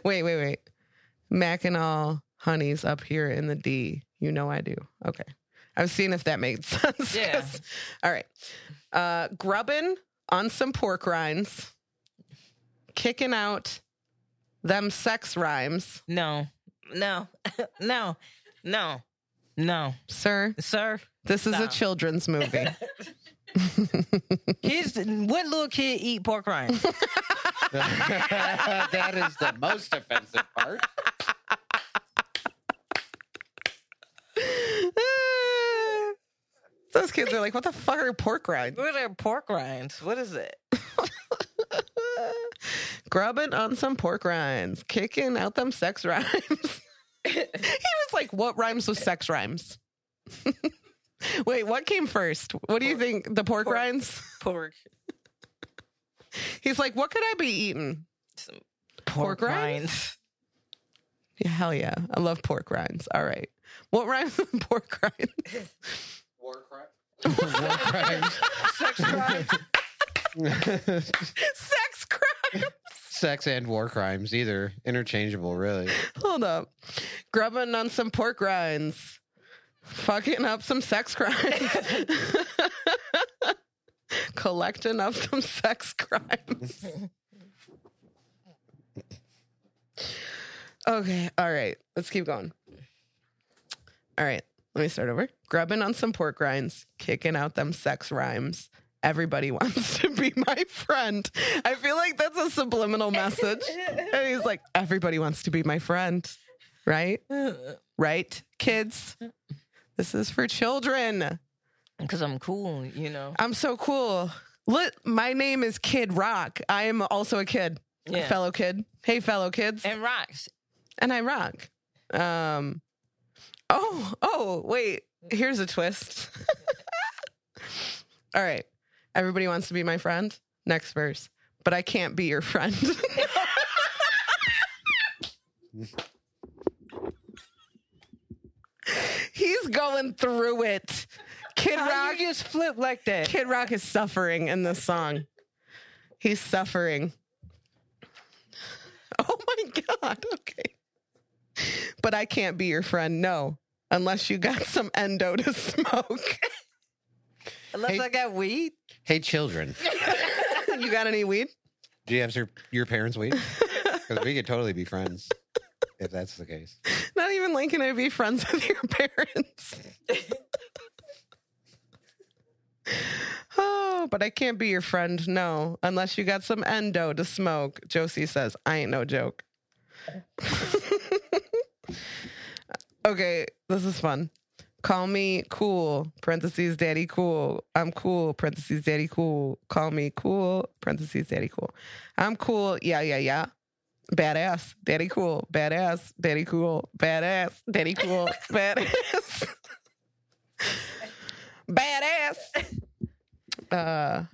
Speaker 4: wait wait wait mac and all honeys up here in the d you know i do okay i was seeing if that made sense
Speaker 3: Yeah.
Speaker 4: 'cause- all right uh grubbing on some pork rinds kicking out them sex rhymes
Speaker 3: No, no, no, no, no,
Speaker 4: sir
Speaker 3: sir.
Speaker 4: this is a
Speaker 3: Stop.
Speaker 4: children's movie
Speaker 3: Kids, what little kid eat pork rinds?
Speaker 5: that is the most offensive part.
Speaker 4: Those kids are like, what the fuck are pork rinds?
Speaker 3: what are pork rinds? What is it?
Speaker 4: Grubbing on some pork rinds, kicking out them sex rhymes. he was like, what rhymes with sex rhymes? Wait, what came first? What do you think? The pork,
Speaker 3: Pork.
Speaker 4: rinds?
Speaker 3: Pork.
Speaker 4: He's like, what could I be eating? Pork rinds? Yeah, hell yeah. I love pork rinds. All right. What rhymes with pork rinds?
Speaker 5: War crimes,
Speaker 3: Sex rinds.
Speaker 4: sex crimes.
Speaker 5: sex and war crimes, either interchangeable, really.
Speaker 4: Hold up. Grubbing on some pork rinds. Fucking up some sex crimes. Collecting up some sex crimes. okay, all right. Let's keep going. All right, let me start over. Grubbing on some pork rinds, kicking out them sex rhymes. Everybody wants to be my friend. I feel like that's a subliminal message. And he's like, everybody wants to be my friend. Right? Right, kids? This is for children.
Speaker 3: Because I'm cool, you know.
Speaker 4: I'm so cool. Look, my name is Kid Rock. I am also a kid, a
Speaker 3: Yeah.
Speaker 4: fellow kid. Hey, fellow kids.
Speaker 3: And rocks.
Speaker 4: and I rock. Um, oh, oh, wait. Here's a twist. All right. Everybody wants to be my friend. Next verse. But I can't be your friend. He's going through it. Kid
Speaker 3: How
Speaker 4: Rock
Speaker 3: you just flip like that?
Speaker 4: Kid Rock is suffering in this song. He's suffering. Oh my God. Okay. But I can't be your friend. No. Unless you got some endo to smoke.
Speaker 3: Unless
Speaker 5: Hey.
Speaker 3: I got weed.
Speaker 5: Hey, children,
Speaker 4: you got any weed?
Speaker 5: do you have your, your parents' weed? Because we could totally be friends if that's the case.
Speaker 4: Not even like can I be friends with your parents. oh, but I can't be your friend, no, unless you got some endo to smoke. Josie says, I ain't no joke. okay, this is fun. Call me cool, parentheses, daddy cool. I'm cool, parentheses, daddy cool. Call me cool, parentheses, daddy cool. I'm cool, yeah, yeah, yeah badass, daddy cool, badass, daddy cool, badass, daddy cool, badass, badass. Uh,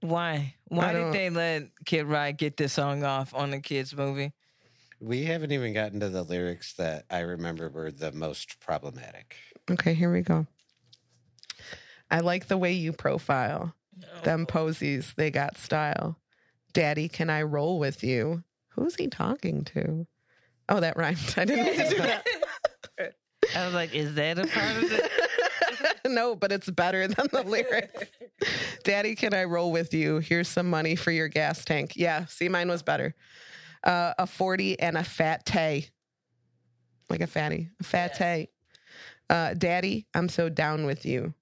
Speaker 3: Why? Why
Speaker 4: don't-
Speaker 3: did they let Kid Rock get this song off on the kids' movie?
Speaker 5: We haven't even gotten to the lyrics that I remember were the most problematic.
Speaker 4: okay, here we go. I like the way you profile them posies. They got style. Daddy, can I roll with you? Who's he talking to? Oh, that rhymed. I didn't mean to do that.
Speaker 3: I was like, is that a part of it?
Speaker 4: no, but it's better than the lyrics. Daddy, can I roll with you? Here's some money for your gas tank. Yeah, see, mine was better. Uh, a 40 and a fat tay. Like a fatty, a fat tay. Uh, Daddy, I'm so down with you.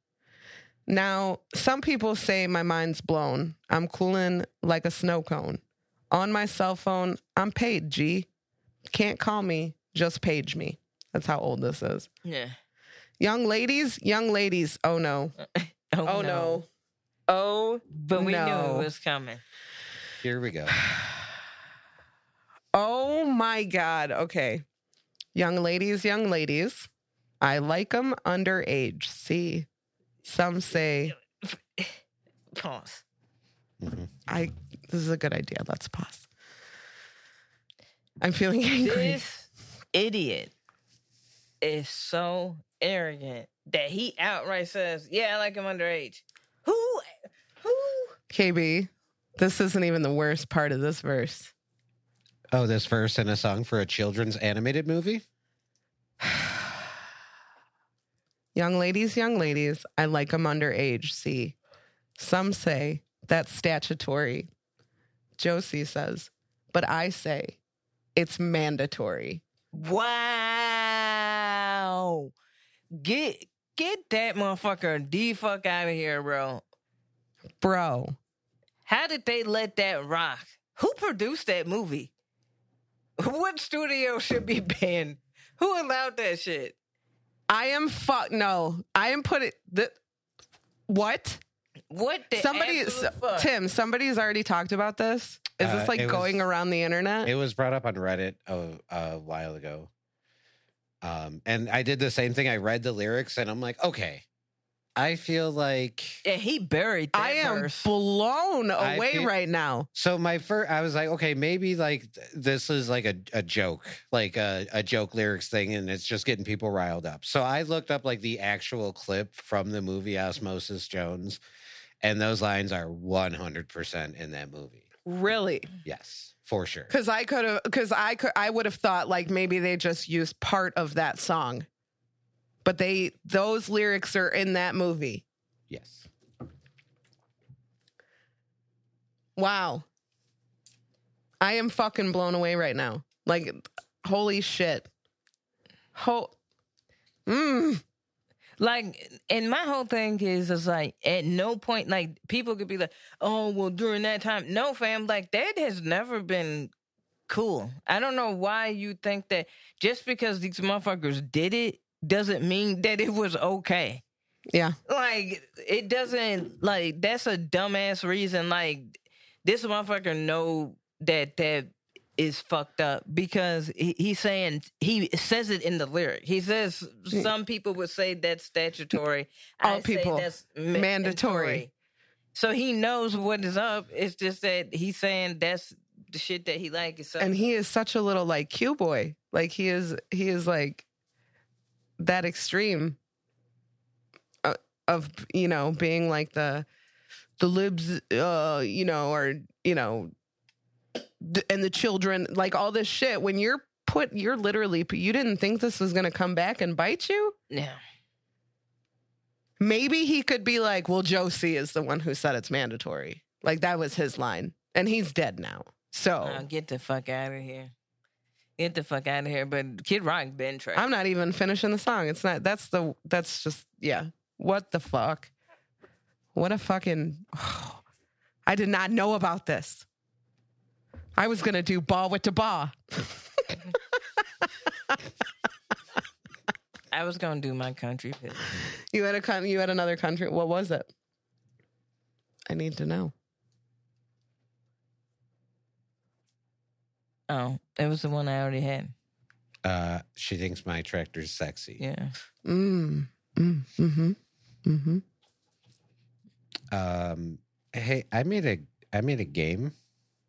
Speaker 4: Now, some people say my mind's blown. I'm cooling like a snow cone. On my cell phone, I'm paid, G. Can't call me, just page me. That's how old this is.
Speaker 3: Yeah.
Speaker 4: Young ladies, young ladies, oh no. Oh, no. Oh,
Speaker 3: But we knew
Speaker 4: no.
Speaker 3: it was coming.
Speaker 5: Here we go.
Speaker 4: oh my God. Okay. Young ladies, young ladies, I like them underage. See, some say,
Speaker 3: Pause.
Speaker 5: Mm-hmm.
Speaker 4: I, this is a good idea. Let's pause. I'm feeling angry.
Speaker 3: This idiot is so arrogant that he outright says, Yeah, I like him underage. Who who
Speaker 4: KB, this isn't even the worst part of this verse.
Speaker 5: Oh, this verse in a song for a children's animated movie?
Speaker 4: Young ladies, young ladies, I like them underage. See, some say that's statutory. Josie says, but I say it's mandatory.
Speaker 3: Wow. Get get that motherfucker the fuck out of here, bro.
Speaker 4: Bro,
Speaker 3: How did they let that rock? Who produced that movie? What studio should be banned? Who allowed that shit?
Speaker 4: I am fuck no. I am putting the what?
Speaker 3: What the
Speaker 4: Somebody,
Speaker 3: absolute fuck?
Speaker 4: Tim, somebody's already talked about this. Is
Speaker 5: Uh,
Speaker 4: this like
Speaker 5: it was-
Speaker 4: going around the internet?
Speaker 5: It was brought up on Reddit a, a while ago. Um, and I did the same thing. I read the lyrics and I'm like, okay, I feel like.
Speaker 3: and he buried that
Speaker 4: I am
Speaker 3: verse.
Speaker 4: blown
Speaker 5: I
Speaker 4: away
Speaker 5: feel-
Speaker 4: right now.
Speaker 5: So my first, I was like, okay, maybe like th- this is like a, a joke, like a, a joke lyrics thing, and it's just getting people riled up. So I looked up like the actual clip from the movie Osmosis Jones, and those lines are 100% in that movie.
Speaker 4: Really?
Speaker 5: Yes, for sure.
Speaker 4: Because I could have, because I could, I would have thought like maybe they just used part of that song, but they those lyrics are in that movie.
Speaker 5: Yes.
Speaker 4: Wow, I am fucking blown away right now. Like, holy shit. Ho, mm,
Speaker 3: like, and my whole thing is, is like, at no point, like, people could be like, oh, well, during that time. No, fam, like, that has never been cool. I don't know why you think that just because these motherfuckers did it doesn't mean that it was okay.
Speaker 4: yeah,
Speaker 3: like it doesn't like that's a dumbass reason like this motherfucker know that that is fucked up because he, he's saying he says it in the lyric he says some people would say that's statutory
Speaker 4: Mm. All
Speaker 3: say
Speaker 4: people.
Speaker 3: ma-
Speaker 4: Mandatory.
Speaker 3: so he knows what is up it's just that he's saying that's the shit that he like is
Speaker 4: and he is such a little like Q boy. Like he is, he is like that extreme uh, of you know being like the the libs, uh, you know, or you know, d- and the children, like all this shit. When you're put, you're literally you didn't think this was gonna come back and bite you.
Speaker 3: now
Speaker 4: Maybe he could be like, well, Josie is the one who said it's mandatory. Like that was his line, and he's dead now. So.
Speaker 3: Nah, get the fuck out of here get the fuck out of here but kid rock been trash
Speaker 4: I'm not even finishing the song. It's not. That's the. That's just. Yeah. What the fuck? What a fucking. I did not know about this. I was gonna do ball with the ball.
Speaker 3: i was gonna do my country pitch
Speaker 4: You had a. Con- you had another country. What was it? I need to know.
Speaker 3: Oh, it was the one I already had.
Speaker 5: Uh, she thinks my tractor's sexy.
Speaker 3: Yeah.
Speaker 4: Mm. Mm. Mm-hmm. Mm-hmm.
Speaker 5: Um, hey, I made a I made a game.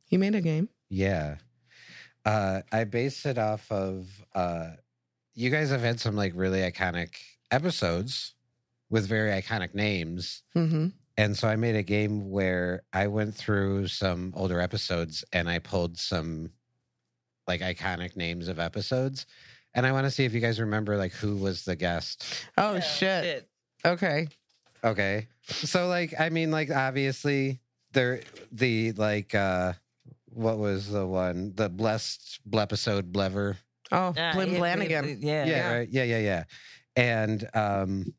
Speaker 4: You made a game.
Speaker 5: Yeah. Uh, I based it off of uh, you guys have had some like really iconic episodes with very iconic names.
Speaker 4: Mm-hmm.
Speaker 5: And so I made a game where I went through some older episodes and I pulled some like iconic names of episodes. And I want to see if you guys remember like who was the guest.
Speaker 4: Oh shit. Okay.
Speaker 5: Okay. So like I mean like obviously there the like uh what was the one? The blessed episode Blever.
Speaker 4: Oh,
Speaker 3: Ah,
Speaker 4: Blim
Speaker 3: yeah,
Speaker 4: Blanigan.
Speaker 3: Yeah.
Speaker 5: Yeah,
Speaker 3: yeah.
Speaker 5: right. Yeah, yeah, yeah. And um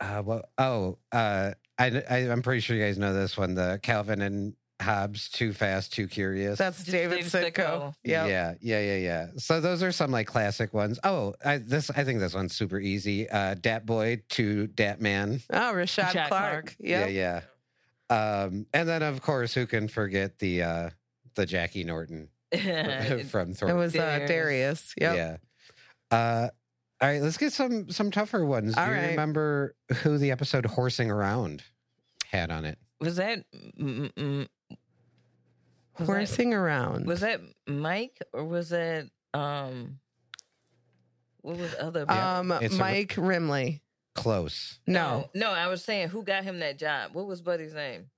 Speaker 5: uh, well, oh, uh, I, I, am pretty sure you guys know this one. The Calvin and Hobbes, Too Fast, Too Curious.
Speaker 4: That's David
Speaker 3: Dave
Speaker 4: Sitko.
Speaker 3: Sitko.
Speaker 4: Yeah.
Speaker 5: Yeah, yeah, yeah, yeah. So those are some like classic ones. Oh, I, this I think this one's super easy. Uh, Dat Boy to Dat Man.
Speaker 4: Oh, Rashad
Speaker 3: Jack
Speaker 4: Clark.
Speaker 3: Clark.
Speaker 4: Yep.
Speaker 5: Yeah, yeah. Um, and then of course, who can forget the uh, the Jackie Norton from Thor?
Speaker 4: It was uh,
Speaker 3: Darius.
Speaker 4: Darius. Yep.
Speaker 5: Yeah. Uh, all right, let's get some some tougher ones.
Speaker 4: All
Speaker 5: Do you
Speaker 4: right.
Speaker 5: remember who the episode "Horsing Around" had on it?
Speaker 3: was that mm, mm, was that-
Speaker 4: Horsing around.
Speaker 3: was that Mike or was that um what was the other
Speaker 4: um,
Speaker 5: It's a-
Speaker 4: Mike Rimley.
Speaker 5: Close.
Speaker 4: No.
Speaker 3: no I was saying who got him that job what was Buddy's name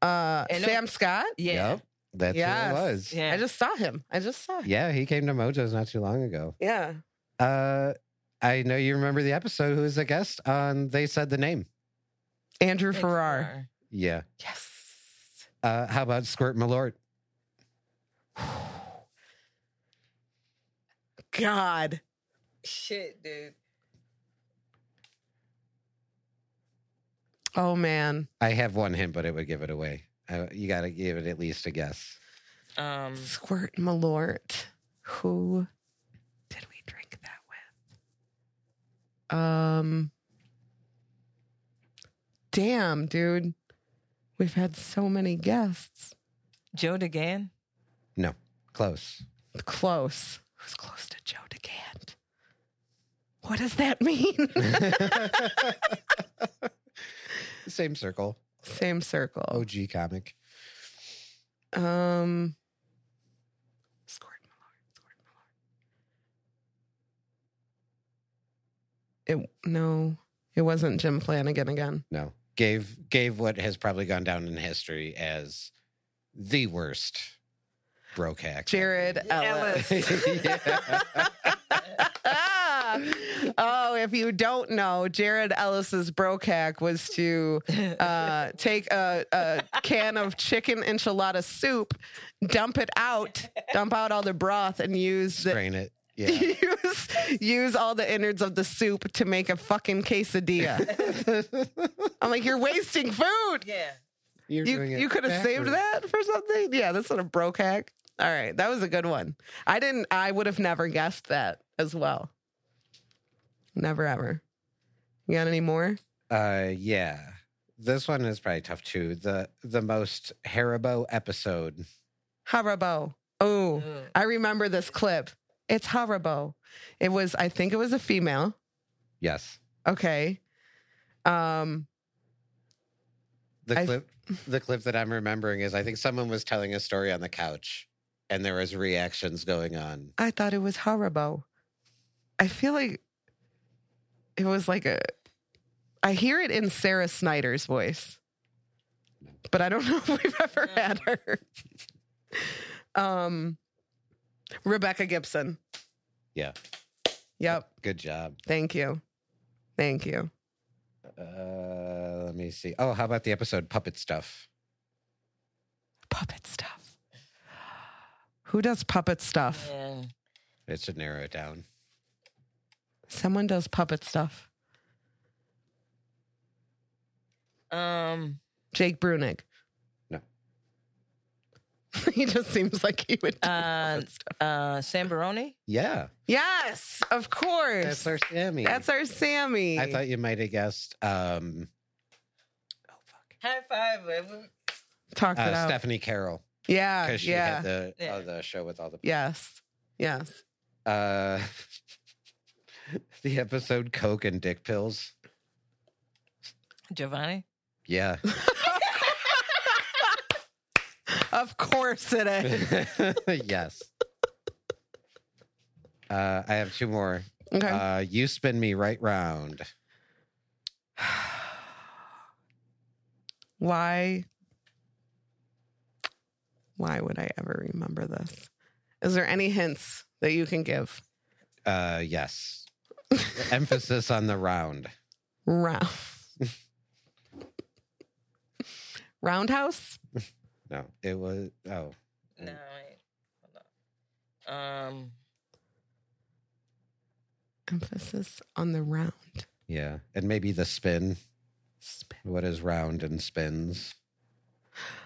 Speaker 4: Uh,
Speaker 3: And no-
Speaker 4: Sam Scott.
Speaker 3: yeah
Speaker 5: Yep, that's
Speaker 4: Yes.
Speaker 5: who it was.
Speaker 3: yeah
Speaker 4: I just saw him. I just saw him.
Speaker 5: Yeah, he came to Mojo's not too long ago.
Speaker 4: Yeah.
Speaker 5: Uh, I know you remember the episode. Who was the guest on? They said the name.
Speaker 4: Andrew
Speaker 3: Thanks,
Speaker 4: Farrar.
Speaker 5: Yeah.
Speaker 4: Yes.
Speaker 5: Uh, how about Squirt Malort?
Speaker 4: God.
Speaker 3: shit dude
Speaker 4: Oh man.
Speaker 5: I have one hint, but it would give it away. Uh, you got to give it at least a guess.
Speaker 3: um
Speaker 4: Squirt Malort. Who did we drink that with? Um. Damn, dude. We've had so many guests.
Speaker 3: Joe DeGan
Speaker 5: Close.
Speaker 4: Close. Who's close to Joe DeGant? What does that mean?
Speaker 5: Same circle.
Speaker 4: Same circle.
Speaker 5: OG comic.
Speaker 4: Um, Squirt Malort, Squirt Malort. It no, it wasn't Jim Flanagan again.
Speaker 5: No. Gave gave what has probably gone down in history as the worst broke hack.
Speaker 4: Jared Ellis.
Speaker 5: yeah.
Speaker 4: oh, if you don't know, Jared Ellis's broke hack was to uh, take a, a can of chicken enchilada soup, dump it out, dump out all the broth, and use the
Speaker 5: Strain it. Yeah.
Speaker 4: use use all the innards of the soup to make a fucking quesadilla. I'm like, you're wasting food.
Speaker 3: yeah
Speaker 5: You're
Speaker 4: You
Speaker 5: doing it
Speaker 4: you could have saved
Speaker 5: backwards.
Speaker 4: that for something. Yeah, that's not a broke hack. All right, that was a good one. I didn't. I would have never guessed that as well. Never ever. You got any more?
Speaker 5: Uh, yeah. This one is probably tough too. The the most Haribo episode.
Speaker 4: Haribo. Oh,
Speaker 3: Mm.
Speaker 4: I remember this clip. It's Haribo. It was. I think it was a female.
Speaker 5: Yes.
Speaker 4: Okay. Um.
Speaker 5: The
Speaker 4: I-
Speaker 5: clip the clip that I'm remembering is I think someone was telling a story on the couch and there was reactions going on.
Speaker 4: I thought it was Haribo. I feel like it was like a. I hear it in Sarah Snyder's voice, but I don't know if we've ever had her. Um, Rebecca Gibson.
Speaker 5: Yeah.
Speaker 4: Yep.
Speaker 5: Good job.
Speaker 4: Thank you. Thank you.
Speaker 5: Uh, let me see. Oh, how about the episode Puppet Stuff?
Speaker 4: Puppet stuff. Who does puppet stuff?
Speaker 3: yeah
Speaker 5: It should narrow it down.
Speaker 4: Someone does puppet stuff.
Speaker 3: um
Speaker 4: Jake Brunig.
Speaker 5: No.
Speaker 4: he just seems like he would. Do
Speaker 3: Uh,
Speaker 4: puppet stuff.
Speaker 3: uh Sam Baroni
Speaker 5: Yeah.
Speaker 4: Yes, of course.
Speaker 5: That's our Sammy.
Speaker 4: That's our Sammy.
Speaker 5: I thought you might have guessed um
Speaker 3: high five baby.
Speaker 4: Talked Oh, it
Speaker 5: uh,
Speaker 4: out.
Speaker 5: Stephanie Carroll.
Speaker 4: yeah,
Speaker 5: Because she
Speaker 4: yeah,
Speaker 5: had the
Speaker 3: Yeah.
Speaker 5: uh, the show with all the
Speaker 4: yes, yes.
Speaker 5: Uh, the episode Coke and Dick Pills.
Speaker 3: Giovanni
Speaker 5: Yeah.
Speaker 4: Of course it is.
Speaker 5: yes. Uh, I have two more.
Speaker 4: Okay.
Speaker 5: Uh, you spin me right round.
Speaker 4: why? Why would I ever remember this? Is there any hints that you can give?
Speaker 5: Uh, yes. Emphasis on the round.
Speaker 4: Round. Roundhouse.
Speaker 5: No, it was. Oh,
Speaker 3: no wait. hold on um
Speaker 4: Emphasis on the round.
Speaker 5: Yeah. And maybe the spin. What is round and spins?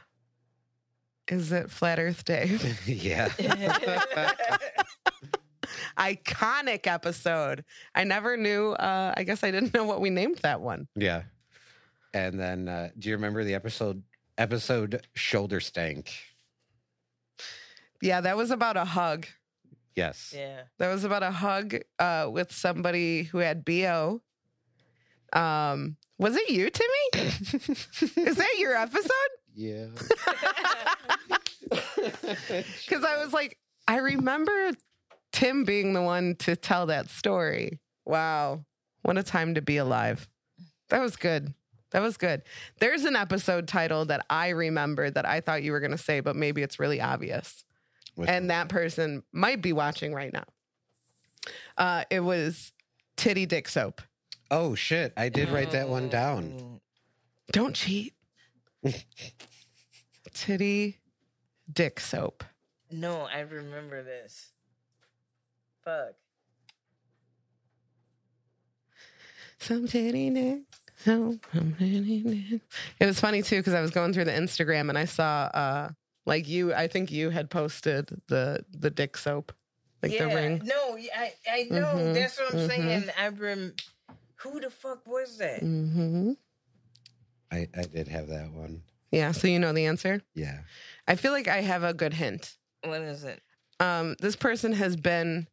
Speaker 4: Is it Flat Earth Day?
Speaker 5: yeah.
Speaker 4: Iconic episode. I never knew. Uh, I guess I didn't know what we named that one.
Speaker 5: Yeah. And then uh, do you remember the episode episode shoulder stank?
Speaker 4: Yeah, that was about a hug.
Speaker 5: Yes.
Speaker 3: yeah.
Speaker 4: That was about a hug uh, with somebody who had bo. Um, was it you, Timmy? Is that your episode?
Speaker 5: Yeah.
Speaker 4: Because I was like, I remember Tim being the one to tell that story. Wow. What a time to be alive. That was good. That was good. There's an episode title that I remember that I thought you were going to say, but maybe it's really obvious.
Speaker 5: Which
Speaker 4: And that person might be watching right now. Uh, it was Titty Dick Soap.
Speaker 5: Oh shit! I did write that
Speaker 3: Mm.
Speaker 5: one down.
Speaker 3: Oh.
Speaker 4: Don't cheat. Titty Dick Soap.
Speaker 3: No, I remember this. Fuck.
Speaker 4: Some titty neck. some titty neck. It was funny too because I was going through the Instagram and I saw uh like you I think you had posted the the dick soap. Like the ring.
Speaker 3: No, yeah, I, I know.
Speaker 4: Mhm,
Speaker 3: That's what I'm
Speaker 4: mhm.
Speaker 3: saying. I rem- Who the fuck was that?
Speaker 4: hmm
Speaker 5: I, I did have that one.
Speaker 4: Yeah, so you know the answer.
Speaker 5: Yeah.
Speaker 4: I feel like I have a good hint.
Speaker 3: What is it?
Speaker 4: Um this person has been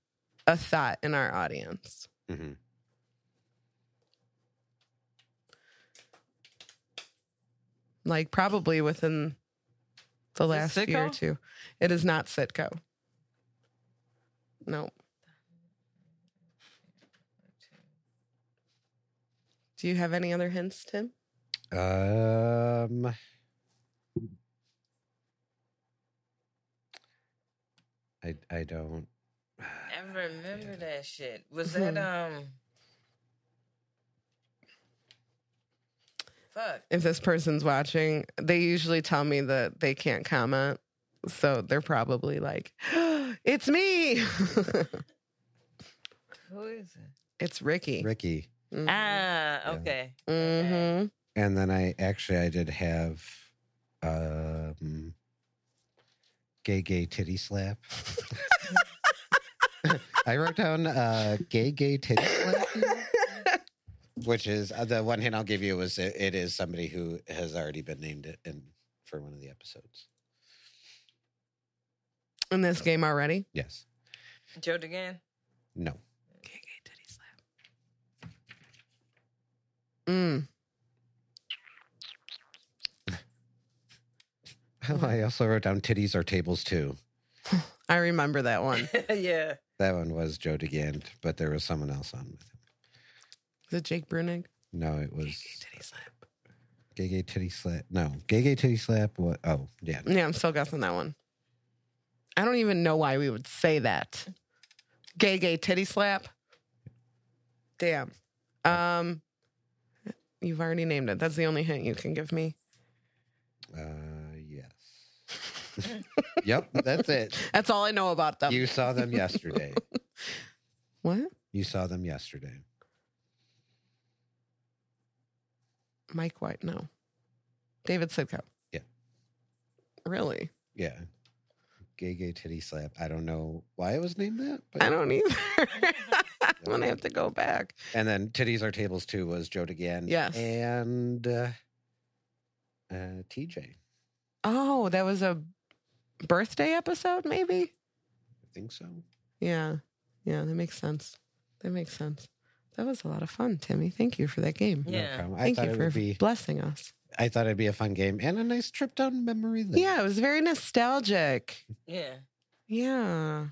Speaker 4: a thought in our audience.
Speaker 5: hmm
Speaker 4: Like probably within the last
Speaker 3: it
Speaker 4: year or
Speaker 3: Sitco?
Speaker 4: two. It is not Sitco. No. Do you have any other hints, Tim?
Speaker 5: Um. I I don't.
Speaker 3: I remember that shit. Was that um? Fuck.
Speaker 4: If this person's watching, they usually tell me that they can't comment. So they're probably like, it's me.
Speaker 3: Who is it?
Speaker 4: it's Ricky. Mm-hmm.
Speaker 5: Ricky.
Speaker 3: Ah, okay.
Speaker 4: hmm
Speaker 5: And then I actually I did have, um, gay gay titty slap. I wrote down uh, gay gay titty slap. Which is uh, the one hint I'll give you is it, it is somebody who has already been named it in for one of the episodes.
Speaker 4: In this game already?
Speaker 5: Yes.
Speaker 3: Joe DeGan.
Speaker 5: No.
Speaker 4: Mm.
Speaker 5: I also wrote down titties are tables too.
Speaker 4: I remember that one.
Speaker 3: yeah.
Speaker 5: That one was Joe DeGant, but there was someone else on with him.
Speaker 4: Is it Jake Brunig?
Speaker 5: No, it was
Speaker 4: Titty slap.
Speaker 5: Gay Gay Titty Slap. No, Gay Gay Titty Slap. What? Oh, yeah.
Speaker 4: Yeah, I'm still guessing that one. I don't even know why we would say that. Gay gay titty slap. Damn. Um you've already named it. That's the only hint you can give me.
Speaker 5: Uh, yes. yep, that's it.
Speaker 4: That's all I know about them.
Speaker 5: You saw them yesterday.
Speaker 4: what?
Speaker 5: You saw them yesterday.
Speaker 4: Mike White, no. David Sidco.
Speaker 5: Yeah.
Speaker 4: Really?
Speaker 5: Yeah. Gay Gay Titty Slap. I don't know why it was named that.
Speaker 4: I don't either. I'm gonna have to go back.
Speaker 5: And then Titties Are Tables too was Joe DeGan.
Speaker 4: Yes.
Speaker 5: And uh, uh, TJ. I
Speaker 4: Oh, that was a birthday episode, maybe?
Speaker 5: think so.
Speaker 4: Yeah. Yeah, that makes sense. That makes sense. That was a lot of fun, Timmy. Thank you for that game.
Speaker 5: No
Speaker 3: Yeah.
Speaker 5: problem. I
Speaker 4: Thank
Speaker 5: thought
Speaker 4: you
Speaker 5: it
Speaker 4: for
Speaker 5: would be.
Speaker 4: blessing us.
Speaker 5: I thought it'd be a fun game and a nice trip down memory lane.
Speaker 4: Yeah, it was very nostalgic.
Speaker 3: Yeah.
Speaker 4: Yeah.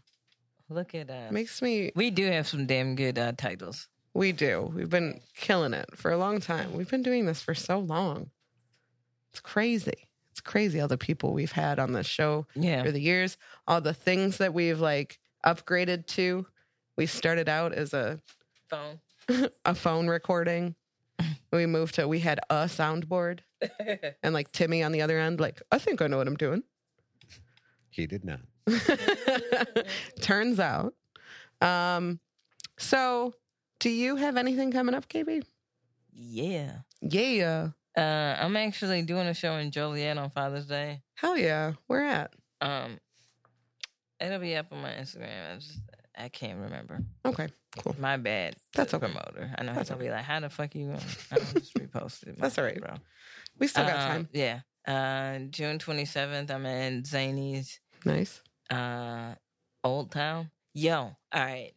Speaker 3: Look at that.
Speaker 4: Makes me
Speaker 3: we do have some damn good uh, titles.
Speaker 4: we do. We've been killing it for a long time. We've been doing this for so long. It's crazy. It's crazy all the people we've had on this show
Speaker 3: Yeah.
Speaker 4: over the years, all the things that we've like upgraded to. We started out as a
Speaker 3: Phone.
Speaker 4: a phone recording. We moved to we had a soundboard and like Timmy on the other end, like I think I know what I'm doing.
Speaker 5: He did not.
Speaker 4: Turns out, um, so Do you have anything coming up, KB?
Speaker 3: Yeah.
Speaker 4: Yeah.
Speaker 3: Uh, I'm actually doing a show in Joliet on Father's Day.
Speaker 4: Hell yeah. Where at?
Speaker 3: Um, it'll be up on my Instagram. I just I can't remember.
Speaker 4: Okay. Cool.
Speaker 3: My bad. to
Speaker 4: That's
Speaker 3: the
Speaker 4: okay.
Speaker 3: Promoter. I know he's
Speaker 4: That's
Speaker 3: gonna be like, "How the fuck you?" Gonna? I just reposted. it. My
Speaker 4: That's all
Speaker 3: bad,
Speaker 4: right.
Speaker 3: bro.
Speaker 4: We still got
Speaker 3: Um,
Speaker 4: time.
Speaker 3: Yeah. Uh, June 27th, I'm in Zany's
Speaker 4: Nice.
Speaker 3: uh Old Town. Yo, all right.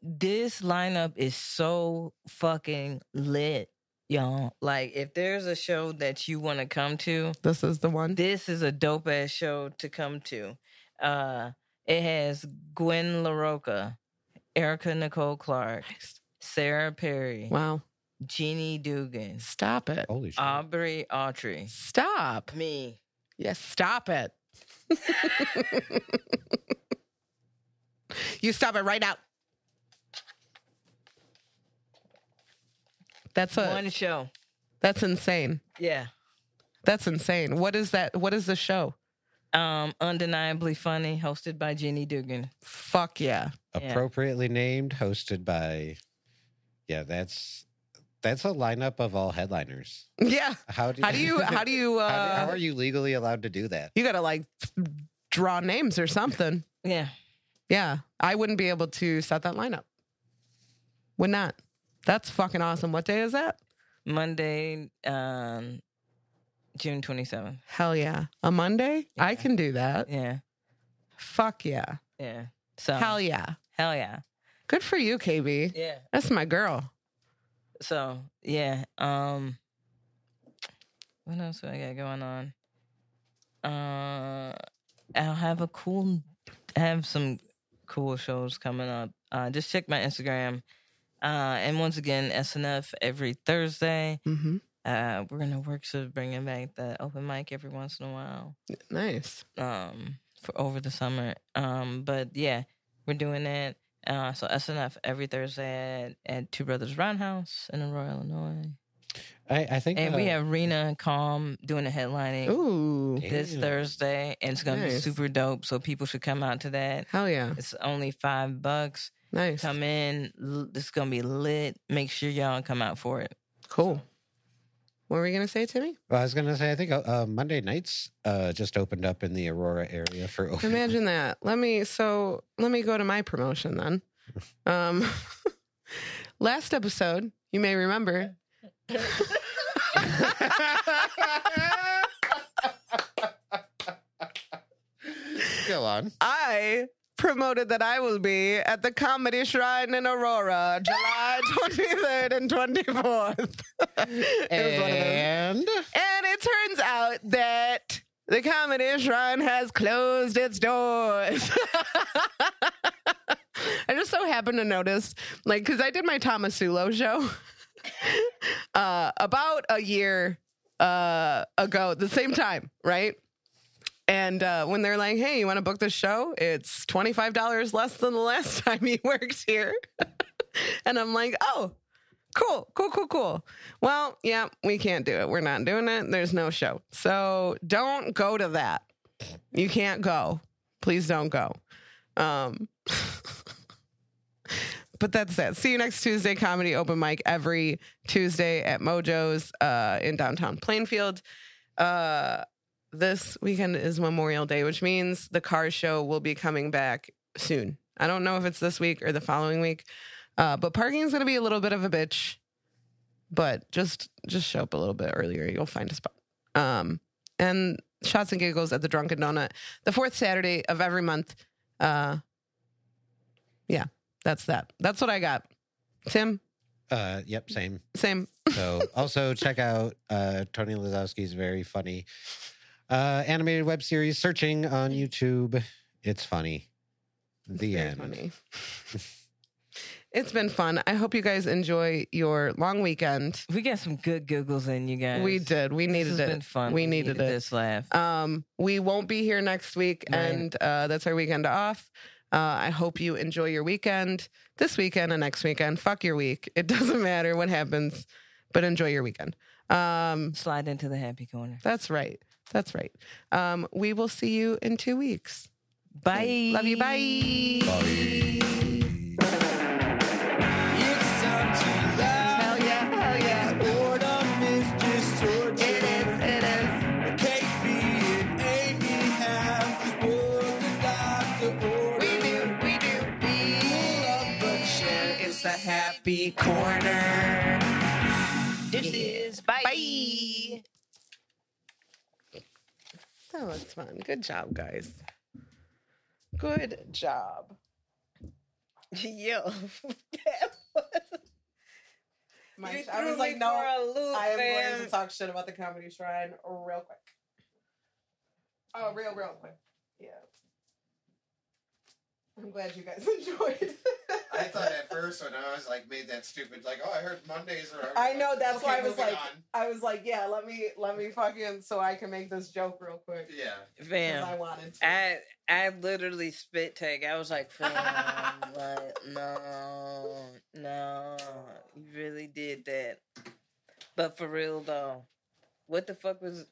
Speaker 3: This lineup is so fucking lit, y'all. Like if there's a show that you want to come to,
Speaker 4: This is the one.
Speaker 3: this is a dope ass show to come to. Uh it has Gwen LaRocca, Erica Nicole Clark,
Speaker 4: Nice.
Speaker 3: Sarah Perry,
Speaker 4: Wow.
Speaker 3: Jeannie Dugan,
Speaker 4: Stop it.
Speaker 5: Holy shit.
Speaker 3: Aubrey Autry,
Speaker 4: Stop.
Speaker 3: me.
Speaker 4: Yes, stop it. you stop it right out. That's a,
Speaker 3: One show.
Speaker 4: that's insane.
Speaker 3: Yeah.
Speaker 4: That's insane. What is that? What is the show?
Speaker 3: Um, Undeniably Funny, hosted by Jeannie Dugan.
Speaker 4: Fuck yeah.
Speaker 3: yeah.
Speaker 5: Appropriately named, hosted by. Yeah, that's that's a lineup of all headliners.
Speaker 4: Yeah.
Speaker 5: How do
Speaker 4: How do you how do you uh
Speaker 5: how, how are you legally allowed to do that?
Speaker 4: you got to like draw names or something.
Speaker 3: Yeah.
Speaker 4: Yeah. I wouldn't be able to set that lineup. Would not. That's fucking awesome. What day is that?
Speaker 3: Monday, um, June 27th.
Speaker 4: Hell yeah. A Monday? I
Speaker 3: Yeah.
Speaker 4: can do that.
Speaker 3: Yeah.
Speaker 4: Fuck yeah.
Speaker 3: Yeah. So,
Speaker 4: Hell yeah.
Speaker 3: hell yeah.
Speaker 4: Good for you, KB.
Speaker 3: Yeah.
Speaker 4: That's my girl.
Speaker 3: So, yeah. Um, what else do I got going on? Uh, I'll have a cool, I have some cool shows coming up. Uh, just check my Instagram. Uh, and once again, SNF every Thursday.
Speaker 4: Mm-hmm.
Speaker 3: Uh, we're gonna work to bringing back the open mic every once in a while.
Speaker 4: Nice.
Speaker 3: Um, for over the summer. Um, but yeah, we're doing that. Uh, so SNF every Thursday at, at Two Brothers Roundhouse in Aurora, Illinois,
Speaker 5: I, I think
Speaker 3: and we
Speaker 5: uh,
Speaker 3: have Rena Calm doing the headlining
Speaker 4: Ooh.
Speaker 3: this
Speaker 5: Damn.
Speaker 3: Thursday, and it's gonna be
Speaker 4: Nice.
Speaker 3: super dope. So people should come out to that.
Speaker 4: Hell yeah.
Speaker 3: It's only five bucks.
Speaker 4: Nice.
Speaker 3: Come in. L- It's gonna be lit. Make sure y'all come out for it.
Speaker 4: Cool. What were we going to say, Timmy?
Speaker 5: Well, I was gonna say, I think uh, uh, Monday nights uh, just opened up in the Aurora area for open.
Speaker 4: Imagine that. Let me so let me go to my promotion then. Um last episode, you may remember.
Speaker 5: Go on.
Speaker 4: I promoted that I will be at the Comedy Shrine in Aurora, July 23rd and 24th. it was one of those.
Speaker 5: And
Speaker 4: And it turns out that the Comedy Shrine has closed its doors. I just so happened to notice, like, because I did my Tomasulo show uh, about a year uh, ago, at the same time, right? And uh, when they're like, hey, you want to book this show? It's $25 less than the last time you worked here. and I'm like, oh, cool, cool, cool, cool. Well, yeah, we can't do it. We're not doing it. There's no show. So don't go to that. You can't go. Please don't go. Um, but that's it. See you next Tuesday, comedy open mic every Tuesday at Mojo's uh, in downtown Plainfield. Uh, this weekend is Memorial Day, which means the car show will be coming back soon. I don't know if it's this week or the following week, uh, but parking is going to be a little bit of a bitch. But just just show up a little bit earlier, you'll find a spot. Um, and shots and giggles at the Drunken Donut, the fourth Saturday of every month. Uh, yeah, that's that. That's what I got. Tim,
Speaker 5: uh, yep, same.
Speaker 4: same.
Speaker 5: So also check out uh, Tony Lazowski's very funny uh, animated web series "Searching" on YouTube. It's funny. The
Speaker 4: Mm. Very
Speaker 5: end.
Speaker 4: funny. it's been fun. I hope you guys enjoy your long weekend.
Speaker 3: We got some good googles in you guys.
Speaker 4: We did. We
Speaker 3: This
Speaker 4: needed
Speaker 3: has been
Speaker 4: it.
Speaker 3: fun.
Speaker 4: We needed it.
Speaker 3: This laugh.
Speaker 4: Um, we won't be here next week,
Speaker 3: Right.
Speaker 4: and uh, that's our weekend off. Uh, I hope you enjoy your weekend this weekend and next weekend. Fuck your week. It doesn't matter what happens, but enjoy your weekend. Um,
Speaker 3: Slide into the happy corner.
Speaker 4: that's right. That's right. Um, we will see you in two weeks.
Speaker 3: Bye.
Speaker 4: Love you. Bye.
Speaker 1: It's Happy Corner.
Speaker 3: Deuces. Bye.
Speaker 4: Bye. That was fun. Good job, guys. Good job.
Speaker 3: Yo.
Speaker 4: My, I was like, no, I am going to talk shit about the Comedy Shrine real quick. Oh, real, real quick. Yeah. I'm glad you guys enjoyed.
Speaker 5: I thought at first when I was like made that stupid like oh I heard Mondays are.
Speaker 4: I know that's
Speaker 5: Okay,
Speaker 4: why I was
Speaker 5: moving
Speaker 4: like,
Speaker 5: on.
Speaker 4: I was like, yeah, let me, let me fucking, so I can make this joke real quick. 'cause
Speaker 5: yeah.
Speaker 4: I
Speaker 3: Fam.
Speaker 4: wanted to.
Speaker 3: I I literally spit take. I was like, fam, like, no, no, you really did that. But for real though, what the fuck was?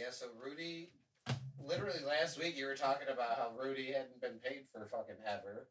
Speaker 5: Yeah, so Rudy, literally last week you were talking about how Rudy hadn't been paid for fucking ever.